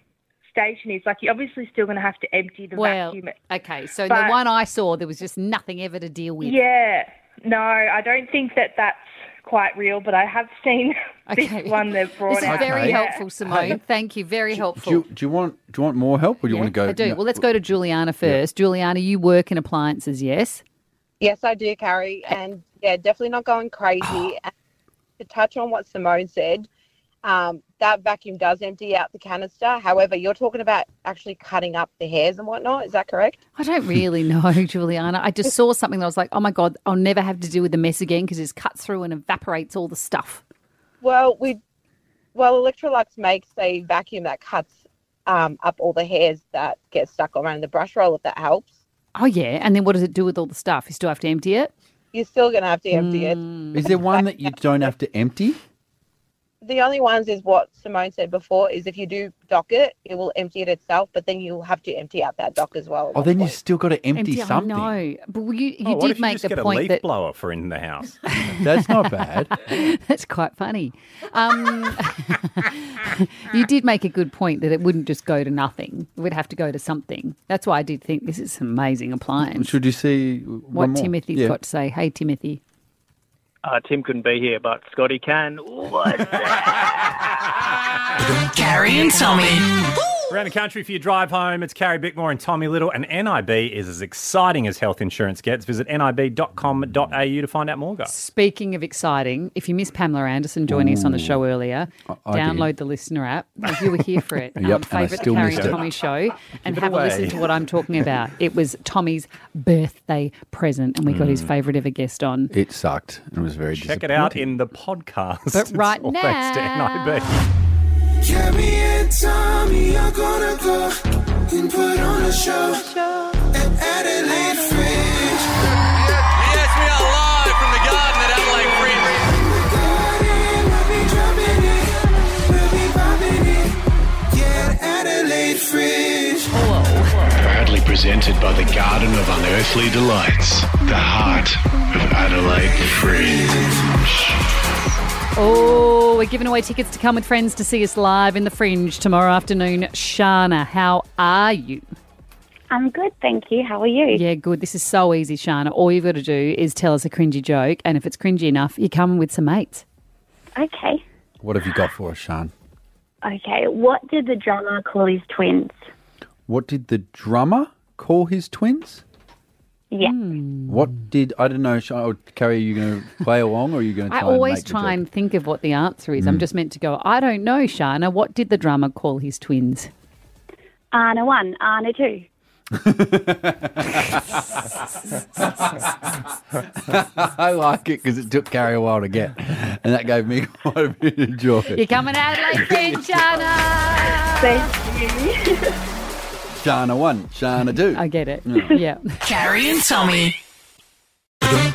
Speaker 16: station is. Like you're obviously still going to have to empty the
Speaker 8: Well,
Speaker 16: vacuum.
Speaker 8: okay. So the
Speaker 16: But-
Speaker 8: one I saw, there was just nothing ever to deal with.
Speaker 16: Yeah. No, I don't think that that's quite real, but I have seen this one they've brought
Speaker 8: This is
Speaker 16: out.
Speaker 8: very
Speaker 9: Okay.
Speaker 8: helpful, Simone.
Speaker 9: Hey.
Speaker 8: Thank you. Very helpful.
Speaker 9: Do you, do you want do you want more help or do you want to go?
Speaker 8: I do.
Speaker 9: no.
Speaker 8: Well, let's go to Juliana first. Juliana, you work in appliances, yes?
Speaker 17: Yes, I do, Carrie. And yeah, definitely not going
Speaker 8: Oh.
Speaker 17: crazy. and to touch on what Simone said, um, that vacuum does empty out the canister. However, you're talking about actually cutting up the hairs and whatnot. Is that correct?
Speaker 8: I don't really know, Juliana. I just saw something that I was like, oh my God, I'll never have to deal with the mess again because it's cut through and evaporates all the stuff.
Speaker 17: Well, we, well, Electrolux makes a vacuum that cuts um, up all the hairs that get stuck around the brush roll. If that helps,
Speaker 8: Oh, yeah. And then what does it do with all the stuff? You still have to empty it?
Speaker 17: you're still gonna have to empty
Speaker 8: Mm.
Speaker 17: it.
Speaker 9: Is there one that you don't have to empty?
Speaker 17: The only ones is what Simone said before is if you do dock it, it will empty it itself, but then you'll have to empty out that dock as well.
Speaker 9: Oh, then you still got to empty,
Speaker 17: Empty, I
Speaker 9: something.
Speaker 8: No. But you, you
Speaker 7: Oh,
Speaker 8: did
Speaker 7: what if you
Speaker 8: make
Speaker 7: just
Speaker 8: the
Speaker 7: get a
Speaker 8: point
Speaker 7: leaf
Speaker 8: that
Speaker 7: blower for in the house?
Speaker 9: That's not bad.
Speaker 8: That's quite funny. Um, you did make a good point that it wouldn't just go to nothing. It would have to go to something. That's why I did think this is an amazing appliance.
Speaker 9: Should you see
Speaker 8: What
Speaker 9: one more?
Speaker 8: Timothy's
Speaker 9: Yeah.
Speaker 8: got to say. Hey, Timothy.
Speaker 15: Uh, Tim couldn't be here, but Scotty can. What's that?
Speaker 6: Carrie and Tommy.
Speaker 7: Around the country for your drive home, it's Carrie Bickmore and Tommy Little, and NIB is as exciting as health insurance gets. Visit nib.com.au to find out more, guys.
Speaker 8: Speaking of exciting, if you missed Pamela Anderson joining us on the show earlier,
Speaker 7: I
Speaker 8: download the listener app. If you were here for it, um,
Speaker 9: Yep, and I
Speaker 8: favorite
Speaker 9: still
Speaker 8: Carrie
Speaker 9: missed
Speaker 8: and
Speaker 9: it.
Speaker 8: Tommy show, and
Speaker 9: it
Speaker 8: have a listen
Speaker 9: away.
Speaker 8: to what I'm talking about. It was Tommy's birthday present, and we got his
Speaker 9: Mm.
Speaker 8: favorite ever guest on.
Speaker 9: It sucked. It was very
Speaker 7: Check it out in the podcast.
Speaker 8: But right
Speaker 7: It's all thanks
Speaker 8: now-
Speaker 7: to NIB.
Speaker 3: Carrie and Tommy are gonna go and put on a show at Adelaide Fringe. Yes, we are live from the garden at Adelaide Fringe. We'll be dropping it, we'll be popping it, yeah, at Adelaide
Speaker 18: Mm.
Speaker 3: Fringe.
Speaker 1: Proudly presented by the Garden of Unearthly Delights, the heart of Adelaide Fringe.
Speaker 8: Oh, we're giving away tickets to come with friends to see us live in the Fringe tomorrow afternoon. Shana, how are you?
Speaker 18: I'm good, thank you. How are you?
Speaker 8: Yeah, good. This is so easy, Shana. All you've got to do is tell us a cringy joke, and if it's cringy enough, you come with some mates.
Speaker 18: Okay.
Speaker 9: What have you got for us, Sean?
Speaker 18: Okay. What did the drummer call his twins?
Speaker 9: What did the drummer call his twins?
Speaker 18: Yeah.
Speaker 9: What did I don't know? Sh- oh, Carrie, are you going to play along, or are you going to?
Speaker 8: I always try and think of what the answer is. I'm
Speaker 9: Mm.
Speaker 8: just meant to go, I don't know, Shana. What did the drummer call his twins?
Speaker 18: Anna one, Anna two.
Speaker 9: I like it because it took Carrie a while to get, and that gave me quite a bit of joy.
Speaker 8: You're coming out like Fringe, Shana.
Speaker 18: Thank you.
Speaker 9: Shana one, Shana two. I
Speaker 8: get it.
Speaker 6: Yeah. Carrie and Tommy.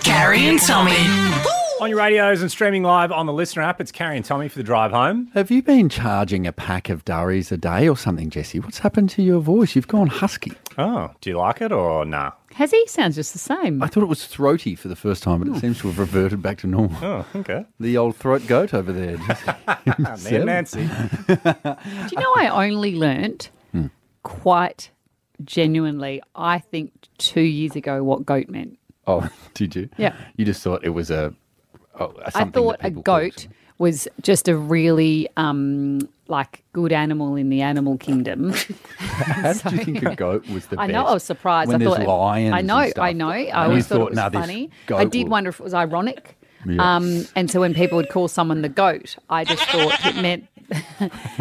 Speaker 6: Carrie and Tommy.
Speaker 7: On your radios and streaming live on the listener app, it's Carrie and Tommy for the drive home.
Speaker 9: Have you been charging a pack of durries a day or something, Jesse? What's happened to your voice? You've gone husky.
Speaker 7: Oh, do you like it or nah?
Speaker 8: Has he? Sounds just the same.
Speaker 9: I thought it was throaty for the first time, but it seems to have reverted back to normal.
Speaker 7: Oh, okay.
Speaker 9: The old throat goat over there.
Speaker 7: Me and Nancy.
Speaker 8: Do you know I only learnt
Speaker 9: Hmm.
Speaker 8: quite genuinely, I think, two years ago what goat meant.
Speaker 9: Oh, did you?
Speaker 8: Yeah.
Speaker 9: You just thought it was a. Oh,
Speaker 8: I
Speaker 9: something
Speaker 8: thought
Speaker 9: that
Speaker 8: a
Speaker 9: people
Speaker 8: goat was just a really um, like good animal in the animal kingdom.
Speaker 9: How did you think a goat was the
Speaker 8: I
Speaker 9: best?
Speaker 8: know. I was surprised.
Speaker 9: When
Speaker 8: I
Speaker 9: there's
Speaker 8: thought
Speaker 9: lions
Speaker 8: I know.
Speaker 9: and stuff.
Speaker 8: I know. I
Speaker 9: And
Speaker 8: always
Speaker 9: you
Speaker 8: thought, it was
Speaker 9: "Nah, this
Speaker 8: funny.
Speaker 9: goat
Speaker 8: I did
Speaker 9: will-"
Speaker 8: wonder if it was ironic.
Speaker 9: Yeah.
Speaker 8: Um, and so when people would call someone the goat, I just thought it meant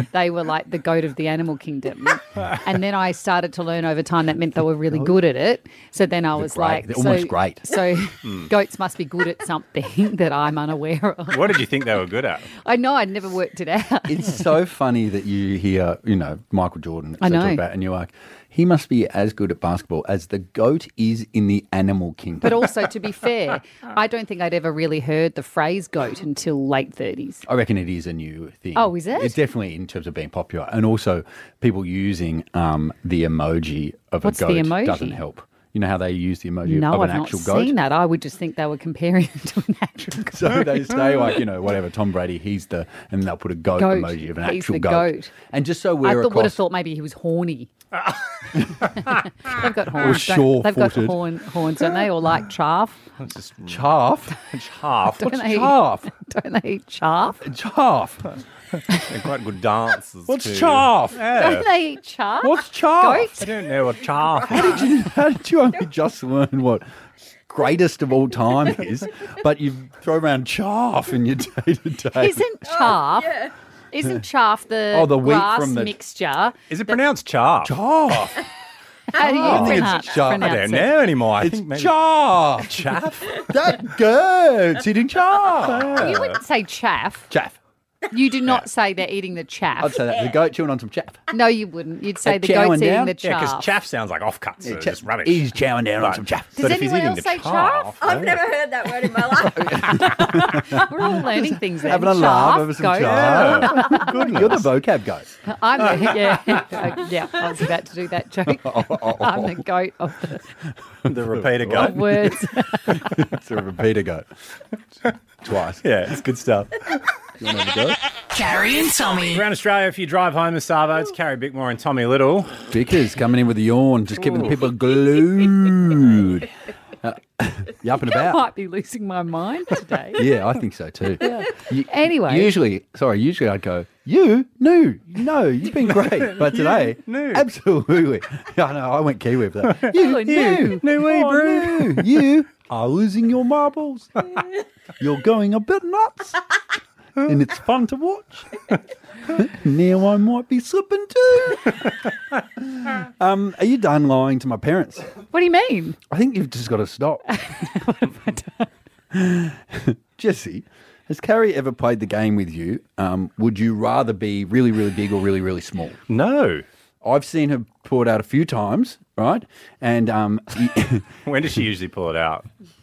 Speaker 8: they were like the goat of the animal kingdom. and then I started to learn over time that meant they were really good at it. So then I was
Speaker 7: great.
Speaker 8: like,
Speaker 7: They're
Speaker 8: so,
Speaker 7: almost great.
Speaker 8: So
Speaker 7: Hmm.
Speaker 8: goats must be good at something that I'm unaware of.
Speaker 7: What did you think they were good at?
Speaker 8: I know. I'd never worked it out.
Speaker 9: It's so funny that you hear, you know, Michael Jordan, et
Speaker 8: I
Speaker 9: cetera,
Speaker 8: know.
Speaker 9: About, and you're like, he must be as good at basketball as the goat is in the animal kingdom.
Speaker 8: But also, to be fair, I don't think I'd ever really heard the phrase goat until late 30s.
Speaker 9: I reckon it is a new thing.
Speaker 8: Oh, is it?
Speaker 9: It's definitely in terms of being popular, and also people using um, the emoji of
Speaker 8: What's
Speaker 9: a
Speaker 8: the
Speaker 9: goat
Speaker 8: emoji?
Speaker 9: doesn't help. You know how they use the emoji
Speaker 8: No,
Speaker 9: of an
Speaker 8: I've not
Speaker 9: actual goat.
Speaker 8: seen that. I would just think they were comparing it to an actual goat.
Speaker 9: So they say like you know whatever Tom Brady he's the and they'll put a goat,
Speaker 8: Goat.
Speaker 9: emoji of an
Speaker 8: He's
Speaker 9: actual
Speaker 8: the
Speaker 9: goat.
Speaker 8: goat.
Speaker 9: and just so
Speaker 8: I
Speaker 9: we're
Speaker 8: thought, would have
Speaker 9: across
Speaker 8: thought maybe he was horny. they've got
Speaker 9: Or
Speaker 8: horns. don't- they've got
Speaker 9: sure-footed.
Speaker 8: horn, horns, don't they? Or like chaff.
Speaker 9: chaff
Speaker 7: chaff
Speaker 8: Don't
Speaker 7: What's
Speaker 8: they eat-
Speaker 7: chaff?
Speaker 8: Don't they eat chaff?
Speaker 9: Chaff.
Speaker 7: They're quite good dancers.
Speaker 9: What's
Speaker 7: too.
Speaker 9: chaff?
Speaker 7: Yeah.
Speaker 8: Don't they eat chaff?
Speaker 9: What's chaff?
Speaker 8: Goat?
Speaker 7: I don't know what chaff.
Speaker 9: how did you how did you only just learn what greatest of all time is but you throw around chaff in your day to day
Speaker 8: Isn't chaff? Isn't chaff the,
Speaker 9: Oh, the wheat
Speaker 8: grass
Speaker 9: from the-
Speaker 8: mixture?
Speaker 7: Is it pronounced chaff?
Speaker 9: Chaff.
Speaker 8: How do you
Speaker 7: I think
Speaker 8: pronounce,
Speaker 7: it's chaff. I
Speaker 8: pronounce
Speaker 7: don't
Speaker 8: it?
Speaker 7: know anymore. I
Speaker 9: It's
Speaker 7: think maybe-
Speaker 9: chaff.
Speaker 7: Chaff?
Speaker 9: that goat's eating chaff.
Speaker 8: You wouldn't say chaff.
Speaker 9: Chaff.
Speaker 8: You do not say they're eating the chaff.
Speaker 9: I'd say that the goat chewing on some chaff.
Speaker 8: No, you wouldn't. You'd say
Speaker 9: They're
Speaker 8: the goat's
Speaker 9: chowing
Speaker 8: eating
Speaker 9: down?
Speaker 8: the
Speaker 9: Yeah,
Speaker 8: chaff.
Speaker 7: 'cause chaff sounds like off cuts.
Speaker 9: Yeah,
Speaker 7: so
Speaker 9: chaff-
Speaker 7: just rubbish.
Speaker 9: he's chowing down on
Speaker 7: Right.
Speaker 9: some chaff.
Speaker 8: Does anyone else say chaff?
Speaker 7: oh.
Speaker 11: I've never heard that word in my life.
Speaker 8: We're all learning things. Then.
Speaker 9: Having a
Speaker 8: Chaff,
Speaker 9: laugh over some
Speaker 8: goat.
Speaker 7: Oh.
Speaker 9: chaff. You're the vocab goat.
Speaker 8: I'm the, yeah, Uh, yeah. I was about to do that joke. I'm the goat of the
Speaker 7: The repeater goat.
Speaker 8: of words.
Speaker 9: it's a repeater goat. Twice.
Speaker 7: Yeah, it's good stuff.
Speaker 9: You want another goat?
Speaker 6: Carrie and Tommy.
Speaker 7: Around Australia, if you drive home this Savo, it's Carrie Bickmore and Tommy Little.
Speaker 9: Vickers coming in with a yawn, just keeping
Speaker 7: Ooh.
Speaker 9: the people glued. Uh, you up and
Speaker 8: I
Speaker 9: about?
Speaker 8: might be losing my mind today.
Speaker 9: Yeah, I think so too. You-
Speaker 8: Anyway.
Speaker 9: Usually, sorry, usually I'd go, you? No, no, you've been great. But
Speaker 3: You?
Speaker 9: today,
Speaker 3: No.
Speaker 9: absolutely. I know, I went Kiwi for that. You,
Speaker 3: Oh,
Speaker 9: you,
Speaker 3: no. No way,
Speaker 9: Oh,
Speaker 3: bro.
Speaker 9: no, you are losing your marbles. You're going a bit nuts. And it's fun to watch. now I might be slipping too. um, are you done lying to my parents?
Speaker 8: What do you mean?
Speaker 9: I think you've just got to stop. Jesse, has Carrie ever played the game with you? Um, would you rather be really, really big or really, really small?
Speaker 7: No.
Speaker 9: I've seen her pull it out a few times, right? And um,
Speaker 7: When does she usually pull it out?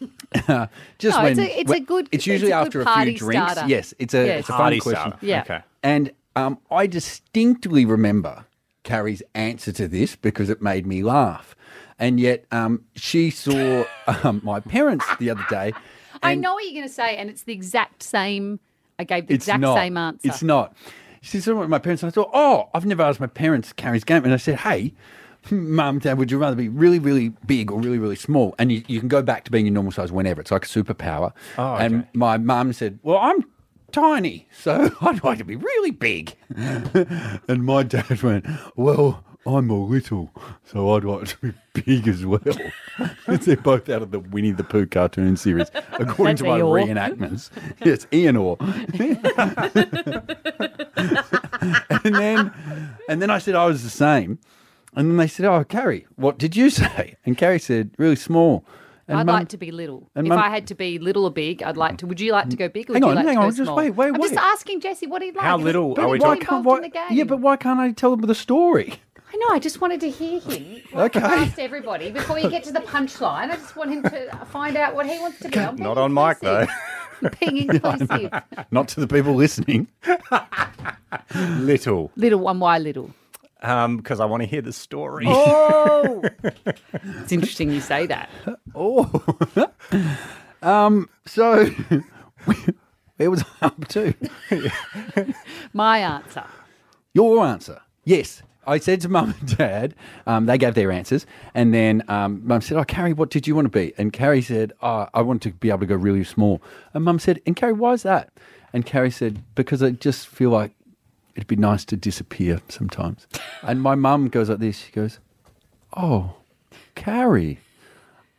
Speaker 9: just
Speaker 8: No,
Speaker 9: when
Speaker 8: it's a- it's a good-
Speaker 9: It's usually
Speaker 8: it's a good
Speaker 9: after a
Speaker 8: party
Speaker 9: few drinks.
Speaker 8: starter.
Speaker 9: Yes, it's a
Speaker 8: Yes.
Speaker 9: it's a fun
Speaker 7: Party
Speaker 9: question.
Speaker 7: starter. Yeah. Okay.
Speaker 9: And um, I distinctly remember Carrie's answer to this because it made me laugh, and yet um, she saw um, my parents the other day.
Speaker 8: I
Speaker 9: and
Speaker 8: know what you're going to say, and it's the exact same. I gave the
Speaker 9: it's
Speaker 8: exact
Speaker 9: not.
Speaker 8: same answer.
Speaker 9: It's not. She said something to my parents, and I thought, oh, I've never asked my parents Carrie's game. And I said, hey, mum, dad, would you rather be really, really big or really, really small? And you, you can go back to being your normal size whenever. It's like a superpower.
Speaker 3: Oh, okay.
Speaker 9: And my mum said, well, I'm tiny, so I'd like to be really big. and my dad went, well, I'm a little, so I'd like to be big as well. They're both out of the Winnie the Pooh cartoon series, according
Speaker 3: That's
Speaker 9: to my
Speaker 3: Eeyore.
Speaker 9: reenactments. Yes, Ian Orr. and then, and then I said I was the same. And then they said, "Oh, Carrie, what did you say?" And Carrie said, "Really small." And
Speaker 8: I'd
Speaker 9: Mum-
Speaker 8: like to be little. If
Speaker 9: and Mum-
Speaker 8: I had to be little or big, I'd like to. Would you like to go big? Or
Speaker 9: Hang
Speaker 8: would you
Speaker 9: on,
Speaker 8: like
Speaker 9: hang
Speaker 8: to go
Speaker 9: on, just
Speaker 8: small?
Speaker 9: wait, wait,
Speaker 8: I'm just
Speaker 9: wait.
Speaker 8: asking Jesse what he'd like.
Speaker 7: How little
Speaker 8: But
Speaker 7: are we
Speaker 8: why
Speaker 7: talking-
Speaker 8: can't-
Speaker 9: Why-
Speaker 8: in the game.
Speaker 9: yeah, but why can't I tell them the story?
Speaker 8: I know. I just wanted to hear him.
Speaker 9: Okay.
Speaker 8: Ask everybody before you get to the punchline. I just want him to find out what he wants to be. I'm
Speaker 9: Not on mic though.
Speaker 8: being inclusive.
Speaker 9: Not to the people listening.
Speaker 7: Little,
Speaker 8: little one, why little?
Speaker 7: because I want to hear the story.
Speaker 8: Oh, it's interesting you say that.
Speaker 9: Oh, Um, so where was I up to?
Speaker 8: my answer.
Speaker 9: Your answer. Yes. I said to mum and dad, um, they gave their answers. And then um, mum said, Oh, Carrie, what did you want to be? And Carrie said, oh, I want to be able to go really small. And mum said, And Carrie, why is that? And Carrie said, Because I just feel like it'd be nice to disappear sometimes. and my mum goes like this. She goes, Oh, Carrie.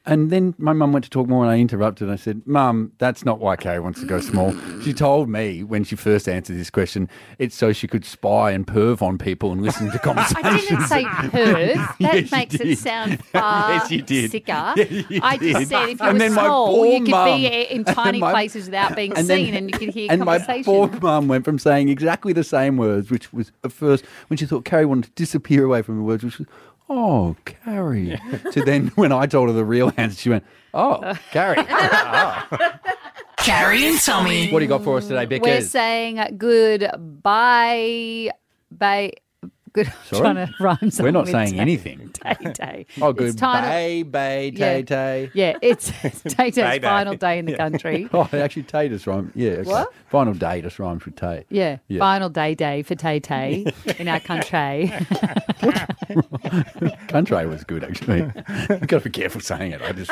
Speaker 9: And then my mum went to talk more and I interrupted and I said, Mum, that's not why Carrie wants to go small. She told me when she first answered this question, it's so she could spy and perv on people and listen to conversations.
Speaker 8: I didn't say perv. That
Speaker 9: Yes, you
Speaker 8: makes it
Speaker 9: did.
Speaker 8: sound far
Speaker 9: Yes, you did.
Speaker 8: sicker.
Speaker 9: Yeah, you
Speaker 8: I just
Speaker 9: did.
Speaker 8: said if you
Speaker 9: And
Speaker 8: were
Speaker 9: then my
Speaker 8: small,
Speaker 9: poor
Speaker 8: you could
Speaker 9: mum.
Speaker 8: be in
Speaker 9: And
Speaker 8: tiny
Speaker 9: my-
Speaker 8: places without being
Speaker 9: and then-
Speaker 8: seen, and you could hear
Speaker 9: and my
Speaker 8: conversation.
Speaker 9: poor mum went from saying exactly the same words, which was at first when she thought Carrie wanted to disappear away from the words, which was, oh, Carrie. to then when I told her the real answer, she went, oh, Carrie. Ah.
Speaker 6: Carrie and Tommy.
Speaker 9: What do you got for us today, Beckers?
Speaker 8: We're saying goodbye, bye. Good.
Speaker 9: Sorry?
Speaker 8: I'm trying to rhyme.
Speaker 9: We're not
Speaker 8: something with
Speaker 9: saying
Speaker 8: day-
Speaker 9: anything.
Speaker 8: Day day.
Speaker 9: Oh,
Speaker 8: It's
Speaker 9: good.
Speaker 8: time to-
Speaker 9: Bay, bay,
Speaker 8: Yeah.
Speaker 9: tay, tay.
Speaker 8: Yeah, it's Tay Tay's
Speaker 9: Day-day.
Speaker 8: final day in the country.
Speaker 9: Oh, actually, Tay just rhymes. Yeah. Okay.
Speaker 8: What?
Speaker 9: Final day just rhymes with Tay.
Speaker 8: Yeah, final day day for Tay Tay in our country.
Speaker 9: Country was good, actually. You've got to be careful saying it. I just.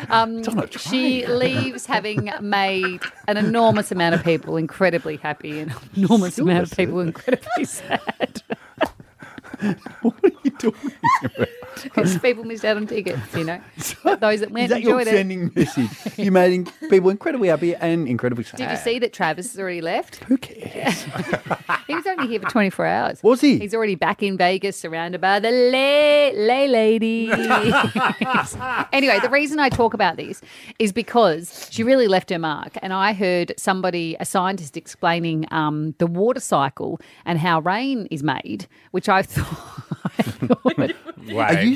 Speaker 8: Um,
Speaker 9: It's on a
Speaker 8: she leaves having made an enormous amount of people incredibly happy and an enormous
Speaker 9: Still
Speaker 8: amount of
Speaker 9: that's it.
Speaker 8: people incredibly sad because people missed out on tickets, you know. But those that
Speaker 9: Is
Speaker 8: went
Speaker 9: that your
Speaker 8: enjoyed it.
Speaker 9: sending message? You made in- people incredibly happy and incredibly sad.
Speaker 8: Did you see that Travis has already left? Who
Speaker 9: cares?
Speaker 8: he was only here for 24 hours.
Speaker 9: Was he?
Speaker 8: He's already back in Vegas, surrounded by the lay, lay lady. anyway, the reason I talk about this is because she really left her mark. And I heard somebody, a scientist, explaining um, the water cycle and how rain is made, which I thought,
Speaker 9: Are you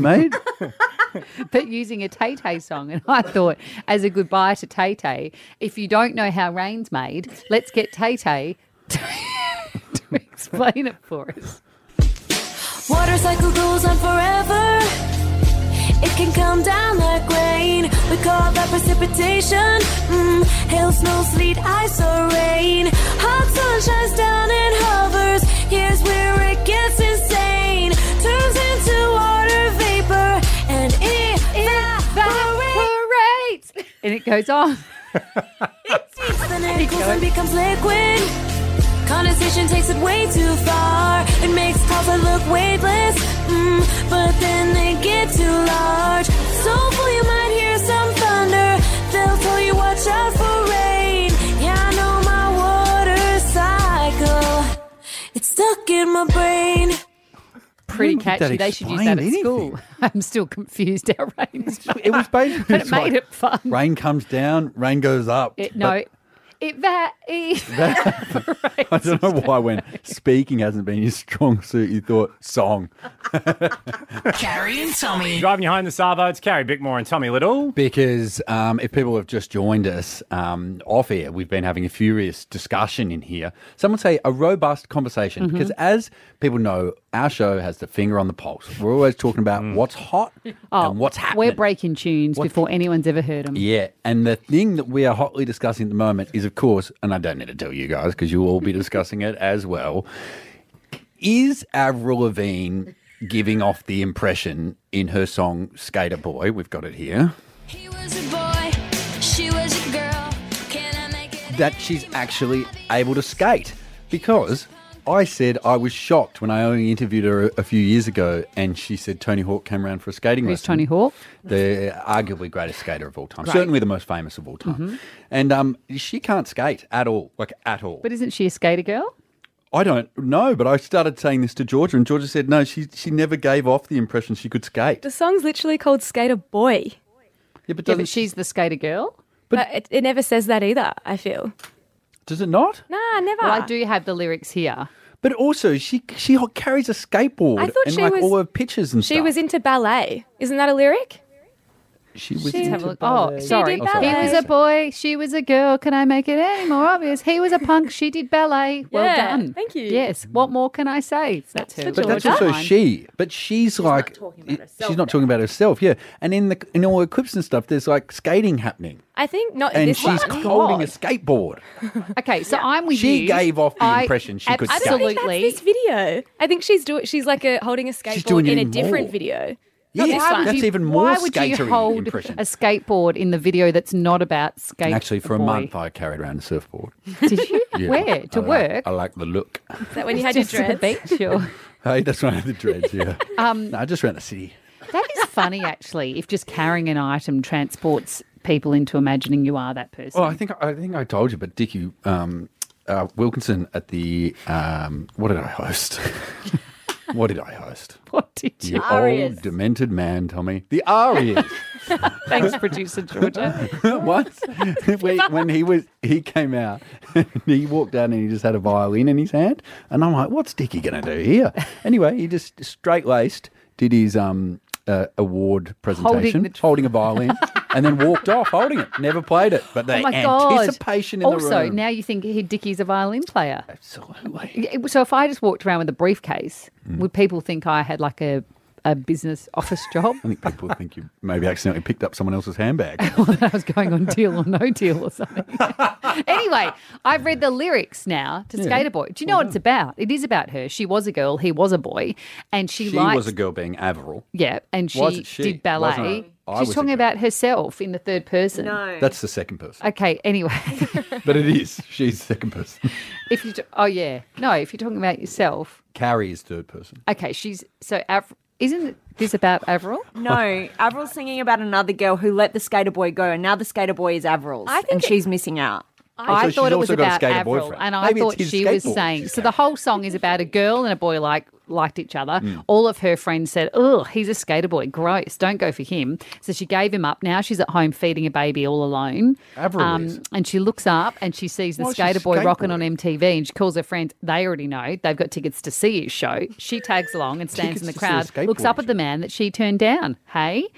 Speaker 9: mate?
Speaker 8: but using a Tay Tay song. And I thought, as a goodbye to Tay Tay, if you don't know how rain's made, let's get Tay Tay to explain it for us.
Speaker 19: Water cycle goes on forever. It can come down like rain. We call that precipitation. Mm, hail, snow, sleet, ice, or rain. Hot sun shines down and hovers. Here's where it gets insane. Turns into water vapor and evaporates.
Speaker 8: And it goes on.
Speaker 19: Seeps and it cools and becomes liquid. Condensation takes it way too far. It makes copper look weightless. Mm, but then they get too large. So hopefully you might hear some thunder. They'll tell you watch out for rain. Yeah, I know my water cycle. It's stuck in my brain. When
Speaker 8: Pretty
Speaker 19: would that
Speaker 8: catchy. They should use that at
Speaker 19: explain
Speaker 8: school. I'm still confused how rain's
Speaker 9: It was basically.
Speaker 8: But it
Speaker 9: just
Speaker 8: made
Speaker 9: like,
Speaker 8: it fun.
Speaker 9: Rain comes down, rain goes up.
Speaker 8: It,
Speaker 9: But-
Speaker 8: no, it that is.
Speaker 9: I don't know why when speaking hasn't been your strong suit, you thought song.
Speaker 6: Carrie and Tommy.
Speaker 7: Driving you home this Arvo, it's Carrie Bickmore and Tommy Little.
Speaker 9: Because um, if people have just joined us um, off air, we've been having a furious discussion in here. Some would say a robust conversation
Speaker 7: Mhm.
Speaker 9: because, as people know, our show has the finger on the pulse. We're always talking about what's hot and what's happening.
Speaker 8: oh, We're breaking tunes before anyone's ever heard them.
Speaker 9: Yeah, and the thing that we are hotly discussing at the moment is, of course, and I don't need to tell you guys because you'll all be discussing it as well. Is Avril Lavigne giving off the impression in her song "Skater Boy"? We've got it here
Speaker 19: was a boy, she was a girl.
Speaker 9: that she's actually able to skate because I said I was shocked when I only interviewed her a, a few years ago, and she said Tony Hawk came around for a skating
Speaker 8: Who's
Speaker 9: lesson.
Speaker 8: Tony Hawk?
Speaker 9: The arguably greatest skater of all time,
Speaker 8: Right.
Speaker 9: certainly the most famous of all time.
Speaker 20: Mm-hmm.
Speaker 8: Mhm.
Speaker 9: And um, she can't skate at all, like at all.
Speaker 8: But isn't she a skater girl?
Speaker 9: I don't know, but I started saying this to Georgia, and Georgia said no. She she never gave off the impression she could skate.
Speaker 20: The song's literally called Skater Boy.
Speaker 9: Yeah, but,
Speaker 20: Yeah, but
Speaker 9: doesn't-
Speaker 20: she's
Speaker 8: the skater girl.
Speaker 20: But it, it never says that either, I feel.
Speaker 9: does it not?
Speaker 20: Nah, never.
Speaker 8: Well, I do have the lyrics here.
Speaker 9: But also, she she carries a skateboard
Speaker 20: I thought
Speaker 9: and
Speaker 20: she
Speaker 9: like
Speaker 20: was-
Speaker 9: all her pictures and
Speaker 20: She
Speaker 9: stuff.
Speaker 20: was into ballet. Isn't that a lyric?
Speaker 9: she was.
Speaker 20: She-
Speaker 9: into
Speaker 20: Have a look.
Speaker 8: Oh,
Speaker 9: ballet.
Speaker 8: sorry.
Speaker 20: did
Speaker 8: He
Speaker 20: ballet.
Speaker 8: was a boy, she was a girl. Can I make it any more obvious? He was a punk, she did ballet. Well
Speaker 20: Yeah,
Speaker 8: done. Thank you. Yes. What more can I say? That's her.
Speaker 9: But that's also she. But she's, like, she's not talking about herself. Yeah, and in the in all her clips and stuff, there's like skating happening,
Speaker 20: I think not in
Speaker 9: and
Speaker 20: this
Speaker 9: she's
Speaker 20: one.
Speaker 9: holding a skateboard.
Speaker 8: Okay, so I'm with
Speaker 9: She
Speaker 20: you.
Speaker 9: gave off the
Speaker 20: I-
Speaker 9: impression she could skate.
Speaker 20: I don't think that's this video. I think she's doing. She's like a, holding a skateboard
Speaker 9: doing it
Speaker 20: in a
Speaker 9: in
Speaker 20: different
Speaker 9: more.
Speaker 20: video.
Speaker 9: Yeah,
Speaker 20: Not this
Speaker 9: why
Speaker 20: one.
Speaker 9: would That's you- even more
Speaker 8: Why would you
Speaker 9: skatery
Speaker 8: hold
Speaker 9: impression.
Speaker 8: a skateboard in the video that's not about skate?
Speaker 9: And actually, for a
Speaker 8: boy?
Speaker 9: month, I carried around a surfboard.
Speaker 8: Did you?
Speaker 9: Yeah.
Speaker 8: Where? To
Speaker 9: I like-
Speaker 8: work?
Speaker 9: I like the look.
Speaker 20: Is that when you had your
Speaker 8: Just to the
Speaker 20: dreads?
Speaker 8: beach or-
Speaker 9: Hey, that's one of the dreads. Yeah,
Speaker 8: Um,
Speaker 9: no, I just around the city.
Speaker 8: That is funny, actually, if just carrying an item transports people into imagining you are that person.
Speaker 9: Well, I think I think I told you, but Dickie um, uh, Wilkinson at the um, what did I host? what did I host?
Speaker 8: What did
Speaker 9: You
Speaker 8: you- Arias.
Speaker 9: old demented man, Tommy. The Arias.
Speaker 8: Thanks, producer Georgia.
Speaker 9: Once when, when he was he came out, he walked out and he just had a violin in his hand, and I'm like, "What's Dickie going to do here?" Anyway, he just straight laced did his um uh, award presentation, holding,
Speaker 8: the-
Speaker 9: a violin, and then walked off holding it. Never played it, but the
Speaker 8: Oh my god!
Speaker 9: anticipation in
Speaker 8: also,
Speaker 9: the room.
Speaker 8: now you think he Dickie's a violin player?
Speaker 9: Absolutely.
Speaker 8: So if I just walked around with a briefcase,
Speaker 9: Mm.
Speaker 8: would people think I had like a a business office job?
Speaker 9: I think people think you maybe accidentally picked up someone else's handbag.
Speaker 8: Well, that I was going on deal or no deal or something. anyway, I've read the lyrics now to
Speaker 9: Yeah.
Speaker 8: Skater Boy. Do you know what it's about? It is about her. She was a girl, he was a boy, and she,
Speaker 9: She
Speaker 8: likes
Speaker 9: was a girl being averil.
Speaker 8: Yeah, and she,
Speaker 9: Wasn't she?
Speaker 8: did ballet.
Speaker 9: Wasn't I? I was
Speaker 8: She's
Speaker 9: a
Speaker 8: talking about herself in the third person.
Speaker 9: No. That's the second person.
Speaker 8: Okay, anyway.
Speaker 9: But it is. She's second person.
Speaker 8: if you t- Oh yeah. No, if you're talking about yourself.
Speaker 9: Carrie is third person.
Speaker 8: Okay, she's so Av- isn't this about Avril?
Speaker 21: No, Avril's singing about another girl who let the skater boy go, and now the skater boy is Avril's,
Speaker 8: I think
Speaker 21: and
Speaker 8: it-
Speaker 21: she's missing out.
Speaker 8: I thought it was about Avril, and I
Speaker 21: Maybe it's
Speaker 8: thought
Speaker 21: his
Speaker 8: she was
Speaker 21: skateboard
Speaker 8: saying. So the whole song is about a girl and a boy like liked each other.
Speaker 9: Hmm.
Speaker 8: All of her friends said, "Oh, he's a skater boy. Gross. Don't go for him." So she gave him up. Now she's at home feeding a baby all alone. Um,
Speaker 9: Avril is.
Speaker 8: and she looks up and she sees the
Speaker 9: Why is she
Speaker 8: skater boy rocking on MTV, and she calls her friends. They already know they've got tickets to see his show. She tags along and stands in the
Speaker 9: Tickets to
Speaker 8: crowd,
Speaker 9: see a
Speaker 8: looks
Speaker 9: skateboard
Speaker 8: up at the man that she turned down. Hey,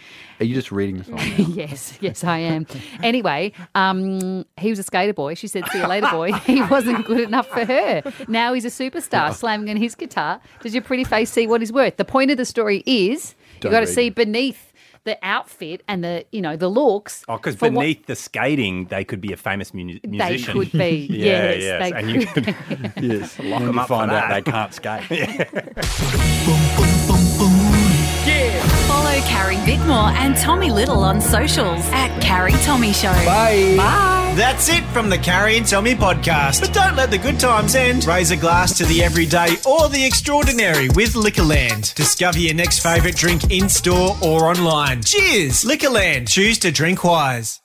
Speaker 9: Are you just reading the song?
Speaker 8: yes, yes, I am. Anyway, um, he was a skater boy. She said, "See you later, boy." He wasn't good enough for her. Now he's a
Speaker 7: Oh.
Speaker 8: superstar, slamming on his guitar. Does your pretty face see what he's worth? The point of the story is you
Speaker 7: Don't
Speaker 8: got to
Speaker 7: read
Speaker 8: see beneath the outfit and the you know the looks.
Speaker 7: Oh, because
Speaker 8: for what-
Speaker 7: beneath the skating, they could be a famous mu- musician.
Speaker 8: could be,
Speaker 7: yeah,
Speaker 8: yes,
Speaker 7: yes.
Speaker 8: they
Speaker 7: and you could
Speaker 9: yes.
Speaker 7: lock
Speaker 9: Then
Speaker 7: them
Speaker 9: you
Speaker 7: up
Speaker 9: find
Speaker 7: for
Speaker 9: out
Speaker 7: that.
Speaker 9: they can't skate.
Speaker 6: Follow Carrie Bickmore and Tommy Little on socials at Carrie Tommy Show.
Speaker 9: Bye.
Speaker 6: Bye.
Speaker 2: That's it from the Carrie and Tommy podcast. But don't let the good times end. Raise a glass to the everyday or the extraordinary with Liquorland. Discover your next favourite drink in store or online. Cheers! Liquorland. Choose to drink wise.